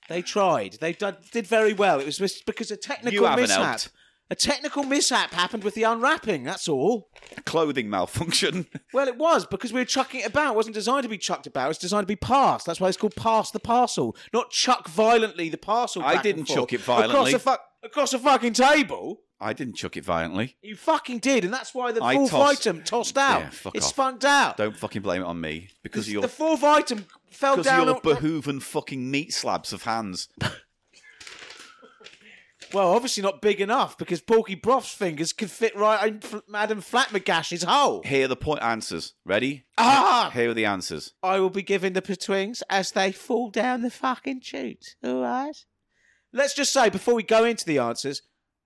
They tried. They did, did very well. It was mis- because a technical haven't mishap. helped. A technical mishap happened with the unwrapping. That's all. clothing malfunction. Well, it was because we were chucking it about. It wasn't designed to be chucked about. It's designed to be passed. That's why it's called pass the parcel, not chuck violently the parcel. back I and didn't forth. chuck it across violently. a, fu- across a fucking table. I didn't chuck it violently. You fucking did, and that's why the I fourth tossed- item tossed out. Yeah, fuck it off. spunked out. Don't fucking blame it on me because you're The fourth item fell because down. you're on- behooven fucking meat slabs of hands. Well, obviously not big enough because Porky Broth's fingers could fit right in F- Madam Flatmagash's hole. Here are the point answers. Ready? Ah! Here are the answers. I will be giving the petwings as they fall down the fucking chute. All right. Let's just say before we go into the answers,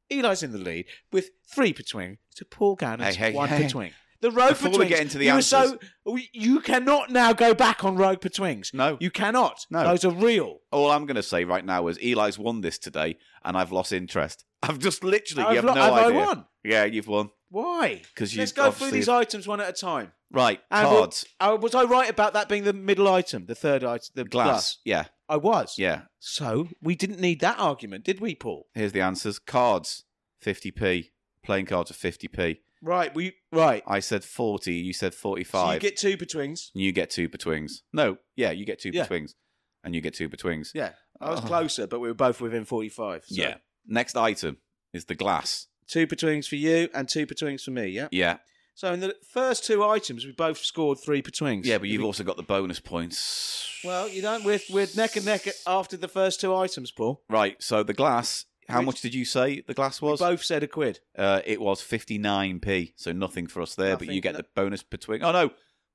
Eli's in the lead with three petwing to Paul Gannon's Hey, hey, one hey. petwing. The rogue Before we petwings, get into the you were answers. so you cannot now go back on rogue petwings. No. you cannot. No. those are real. All I'm going to say right now is Eli's won this today, and I've lost interest. I've just literally. I've you have lo- no have I idea. won? Yeah, you've won. Why? 'Cause you let's go through obviously- these items one at a time. Right. And wa- cards. uh, was I right about that being the middle item, the third item, the Glass. glass? Yeah. I was. Yeah. So we didn't need that argument, did we, Paul? Here's the answers. Cards. 50p. Playing cards are 50p. Right. We right. I said 40. You said So 45. you get two betwings. And you get two betwings. No, yeah, you get two Yeah. betwings, and you get two betwings. Yeah, I was Oh. closer, but we were both within forty-five. so- Yeah. Next item is the glass. Two betwings for you and two betwings for me. Yeah. Yeah, So in the first two items, we both scored three betwings. yeah, but you've also got the bonus points. Well, you don't. We're, we're neck and neck after the first two items, Paul. right. So the glass. How Which- much did you say the glass was? Both said a quid. Uh, it was fifty nine p. So nothing for us there, but Nothing, you get no- the bonus betwing. Oh no,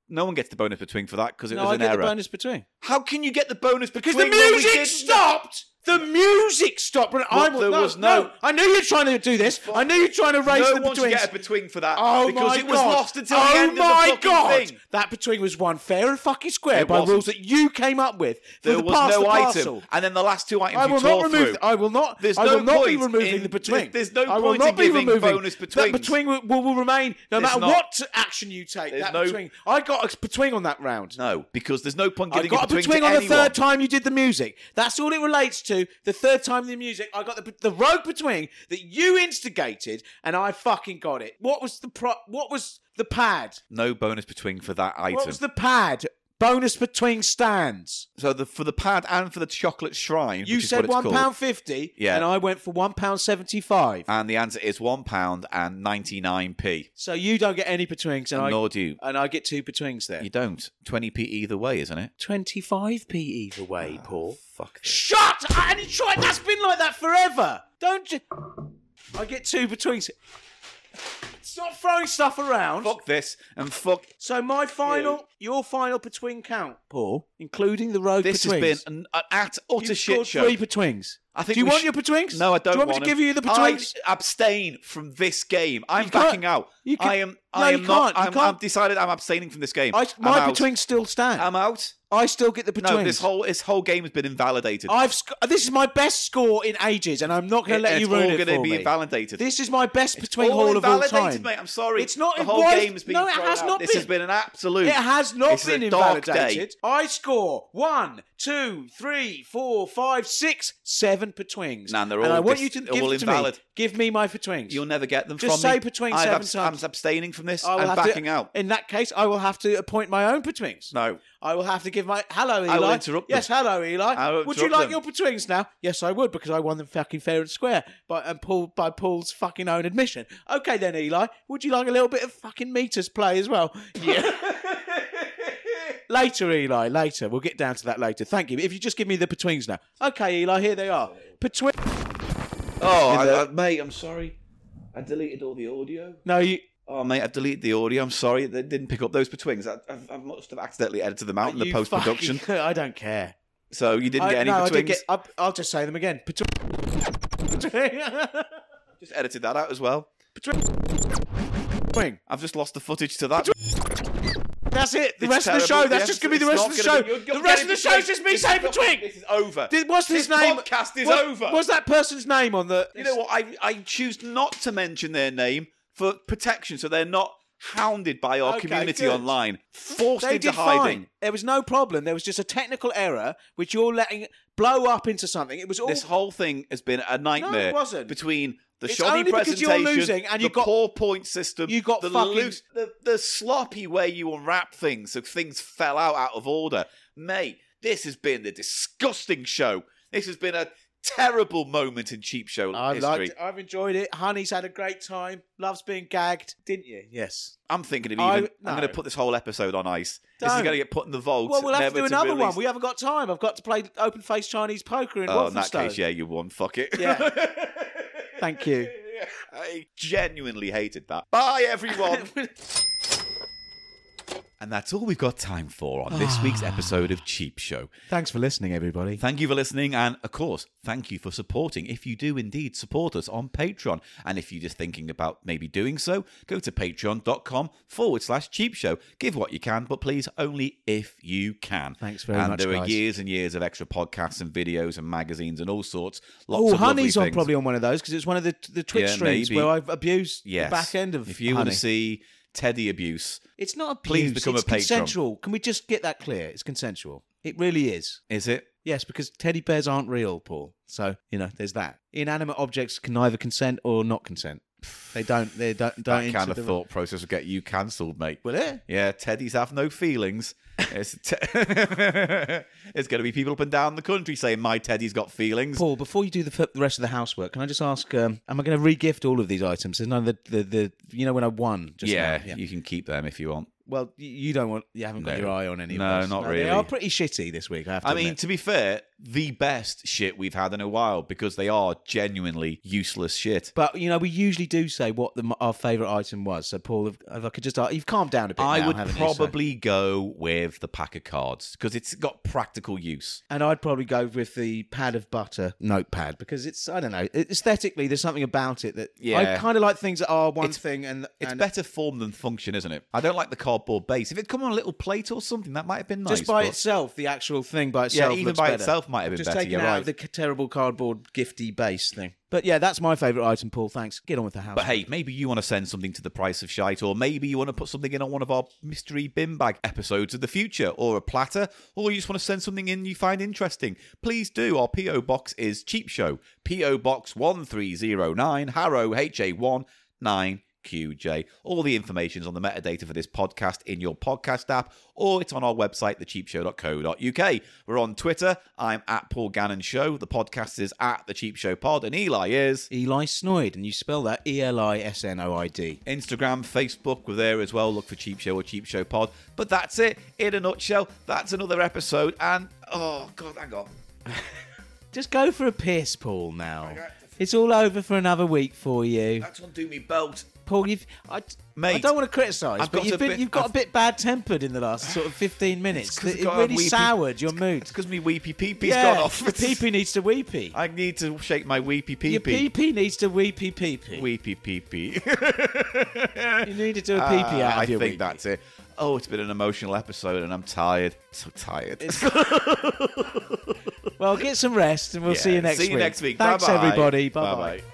no one gets the bonus betwing for that because it no, was I an get error. the bonus betwing. How can you get the bonus betwing? Because the when we music did- stopped. The music stopped. And I But will- there no, was no- I knew you were trying to do this. I knew you were trying to raise No the one should between. get a betwing for that Oh because my it was God. lost until oh the end of the my fucking God. thing. That between was one fair and fucking square It by wasn't. rules that you came up with. for There the was pass no the item, parcel. and then the last two items I you will tore not through. remove. I will not. There's I no will not be point removing in- the between. there's- there's no I will point not in be giving removing bonus That betwings. between will, will, will remain no There's matter not. what action you take. There's that no- between. I got a between on that round. No, because there's no point I getting got a between, to on the anyone. third time you did the music. That's all it relates to. The third time the music, I got the the rogue between that you instigated, and I fucking got it. What was the pro? What was the pad? No bonus between for that What item. was the pad? Bonus between stands. so the, for the pad and for the chocolate shrine, You which is what said it's one called, pound fifty, Yeah. Ah. and I went for one pound seventy five. and the answer is one pound and ninety nine p. So you don't get any betwings, and I Nor do you. and I get two betwings there. You don't. Twenty p either way, isn't it? Twenty five p either way, Paul. Ah, Fuck. This. Shut! I- And it's right. That's been like that forever. Don't you? I get two betwings. Stop throwing stuff around. Fuck this and fuck. So my final, your final between count, Paul, including the road This betwings. has been an, an at utter You've shit scored show. three betwings. I think Do you we want sh- your betwings? No, I don't. Do you want, me to them. give you the I betwings? abstain from this game. I'm You can't- backing out. you can- I am. No, I you am not. can't. You I'm, can't. I've decided. I'm abstaining from this game. I, I'm my out. betwings still stand. I'm out. I still get the betwings. No, this whole this whole game has been invalidated. I've sc- this is my best score in ages, and I'm not going to let And you it's ruin all it gonna for be me. invalidated. This is my best between all haul of all time. invalidated, mate. I'm sorry. It's not- The it whole was- game has been. no, it thrown has out. not This has been. been an absolute. It has not This is been a dark day. invalidated. I score one, two, three, four, five, six, seven petwings. Nah, they're and all I want dis- you to they're give all it to invalid. me. Give me my petwings. You'll never get them Just from me. say between I've seven abs- times. I'm abstaining from this. I will I'm have to- backing out. In that case, I will have to appoint my own betwings. No. I will have to give my hello, Eli. I will interrupt them. Yes, hello, Eli. I will would you like interrupt your betwings now? Yes, I would because I won them fucking fair and square by and Paul by Paul's fucking own admission. Okay then, Eli. Would you like a little bit of fucking meters play as well? Yeah. later, Eli. Later. We'll get down to that later. Thank you. If you just give me the betwings now. Okay, Eli. Here they are. Between. Oh, In I- the- I- mate, I'm sorry. I deleted all the audio. No, you. Oh, mate, I've deleted the audio. I'm sorry. They didn't pick up those betwings. I, I, I must have accidentally edited them out in the you post production. fucking- I don't care. So you didn't I, get any no, I betwings. did get, I, I'll just say them again. Between. Just edited that out as well. Between. I've just lost the footage to that. That's it. The It's rest of the terrible. show. That's Yes, just gonna be the it's rest not of the gonna show. be- you're- The you're rest of getting the show is betwings. just me This saying is not- between. This is over. Did, what's his This name? podcast is What- over. What's that person's name on the? You know what? I I choose not to mention their name for protection, so they're not hounded by our Okay, community good. online, forced they into did hiding. fine. There was no problem. There was just a technical error which you're letting blow up into something. It was all This whole thing has been a nightmare. Oh. wasn't. Between the It's shoddy only because you're presentation, losing and the you got- poor point system, you got the, fucking- the the sloppy way you unwrap things, so things fell out out of order. Mate, this has been a disgusting show. This has been a terrible moment in cheap show I history. liked it. I've enjoyed it. Honey's had a great time. Loves being gagged, didn't you? Yes. I'm thinking of even. I- I'm no. going to put this whole episode on ice. This is Don't. going to get put in the vault. Well, we'll have never to do another release. one. We haven't got time. I've got to play open face Chinese poker in Oh, in that Walthamstow. case, yeah, you won. Fuck it. Yeah. Thank you. I genuinely hated that. Bye, everyone. and that's all we've got time for on this Ah. week's episode of Cheap Show. Thanks for listening, everybody. Thank you for listening, and of course, thank you for supporting. If you do indeed support us on Patreon, and if you're just thinking about maybe doing so, go to patreon.com forward slash cheap show. Give what you can, but please only if you can. Thanks very and much, There are guys. years and years of extra podcasts and videos and magazines and all sorts. Lots Oh, of lovely Honey's on things. probably on one of those because it's one of the the Twitch Yeah, streams maybe. where I've abused yes. the back end of. If you want Honey. to see Teddy abuse, it's not abuse. please become a it's patron. consensual. Can we just get that clear? It's consensual. It really is. is it? Yes, because teddy bears aren't real, Paul. So you know, there's that. Inanimate objects can either consent or not consent. They don't. They don't. don't That enter kind of the- thought process will get you cancelled, mate. Will it? Yeah, teddies have no feelings. It's, te- it's going to be people up and down the country saying my teddy's got feelings. Paul, before you do the, f- the rest of the housework, can I just ask? Um, am I going to re-gift all of these items? There's none of the, the, the you know when I won. Just yeah, now? you can keep them if you want. Well, y- you don't want. You haven't got No. your eye on any. No, of those. not They really. are pretty shitty this week. I have to. I mean, admit. to be fair, the best shit we've had in a while because they are genuinely useless shit. but you know, we usually do say what the, our favourite item was. So, Paul, if, if I could just, uh, you've calmed down a bit. I now, would haven't you? So- probably go with the pack of cards because it's got practical use. and I'd probably go with the pad of butter notepad because it's I don't know aesthetically there's something about it that I Yeah. kind of like things that are one thing and It's and better form than function, isn't it? I don't like the cardboard base. If it come on a little plate or something, that might have been nice. just by but- itself the actual thing by yeah, itself even looks by better. itself might have been just better. taking You're it out right. of the c- terrible cardboard gifty base thing. But yeah, that's my favourite item, Paul. Thanks. Get on with the house. But hey, maybe you want to send something to the price of shite, or maybe you want to put something in on one of our mystery bin bag episodes of the future, or a platter, or you just want to send something in you find interesting. Please do. Our PO box is Cheap Show, PO Box one three zero nine Harrow H A one nine. QJ. All the information's on the metadata for this podcast in your podcast app, or it's on our website, thecheapshow.co.uk. We're on Twitter. I'm at Paul Gannon Show. The podcast is at The Cheap Show Pod, and Eli is Eli Snoid, and you spell that E L I S N O I D. Instagram, Facebook, we're there as well. Look for Cheap Show or Cheap Show Pod. But that's it in a nutshell. That's another episode. And oh god, hang on. Just go for a piss, Paul. Now it's all over for another week for you, That's undo me belt. Paul. You've I, I Mate, don't want to criticise, I've but got you've a been bit- you've got I've- a bit bad tempered in the last sort of fifteen minutes. 'cause It I've got a really weepy- soured your mood. It's because my weepy peepee's Yeah, gone off. your peepee needs to weepy. I need to shake my weepy Your peepee. peepee needs to weepy peepee. Weepy peepee. You need to do a peepee out of Ah, I your think weepee. that's it. Oh, it's been an emotional episode, and I'm tired. So tired. Well, get some rest, and we'll see you Yeah. next See week. you next week. Thanks, Bye-bye. everybody. Bye bye. Bye-bye.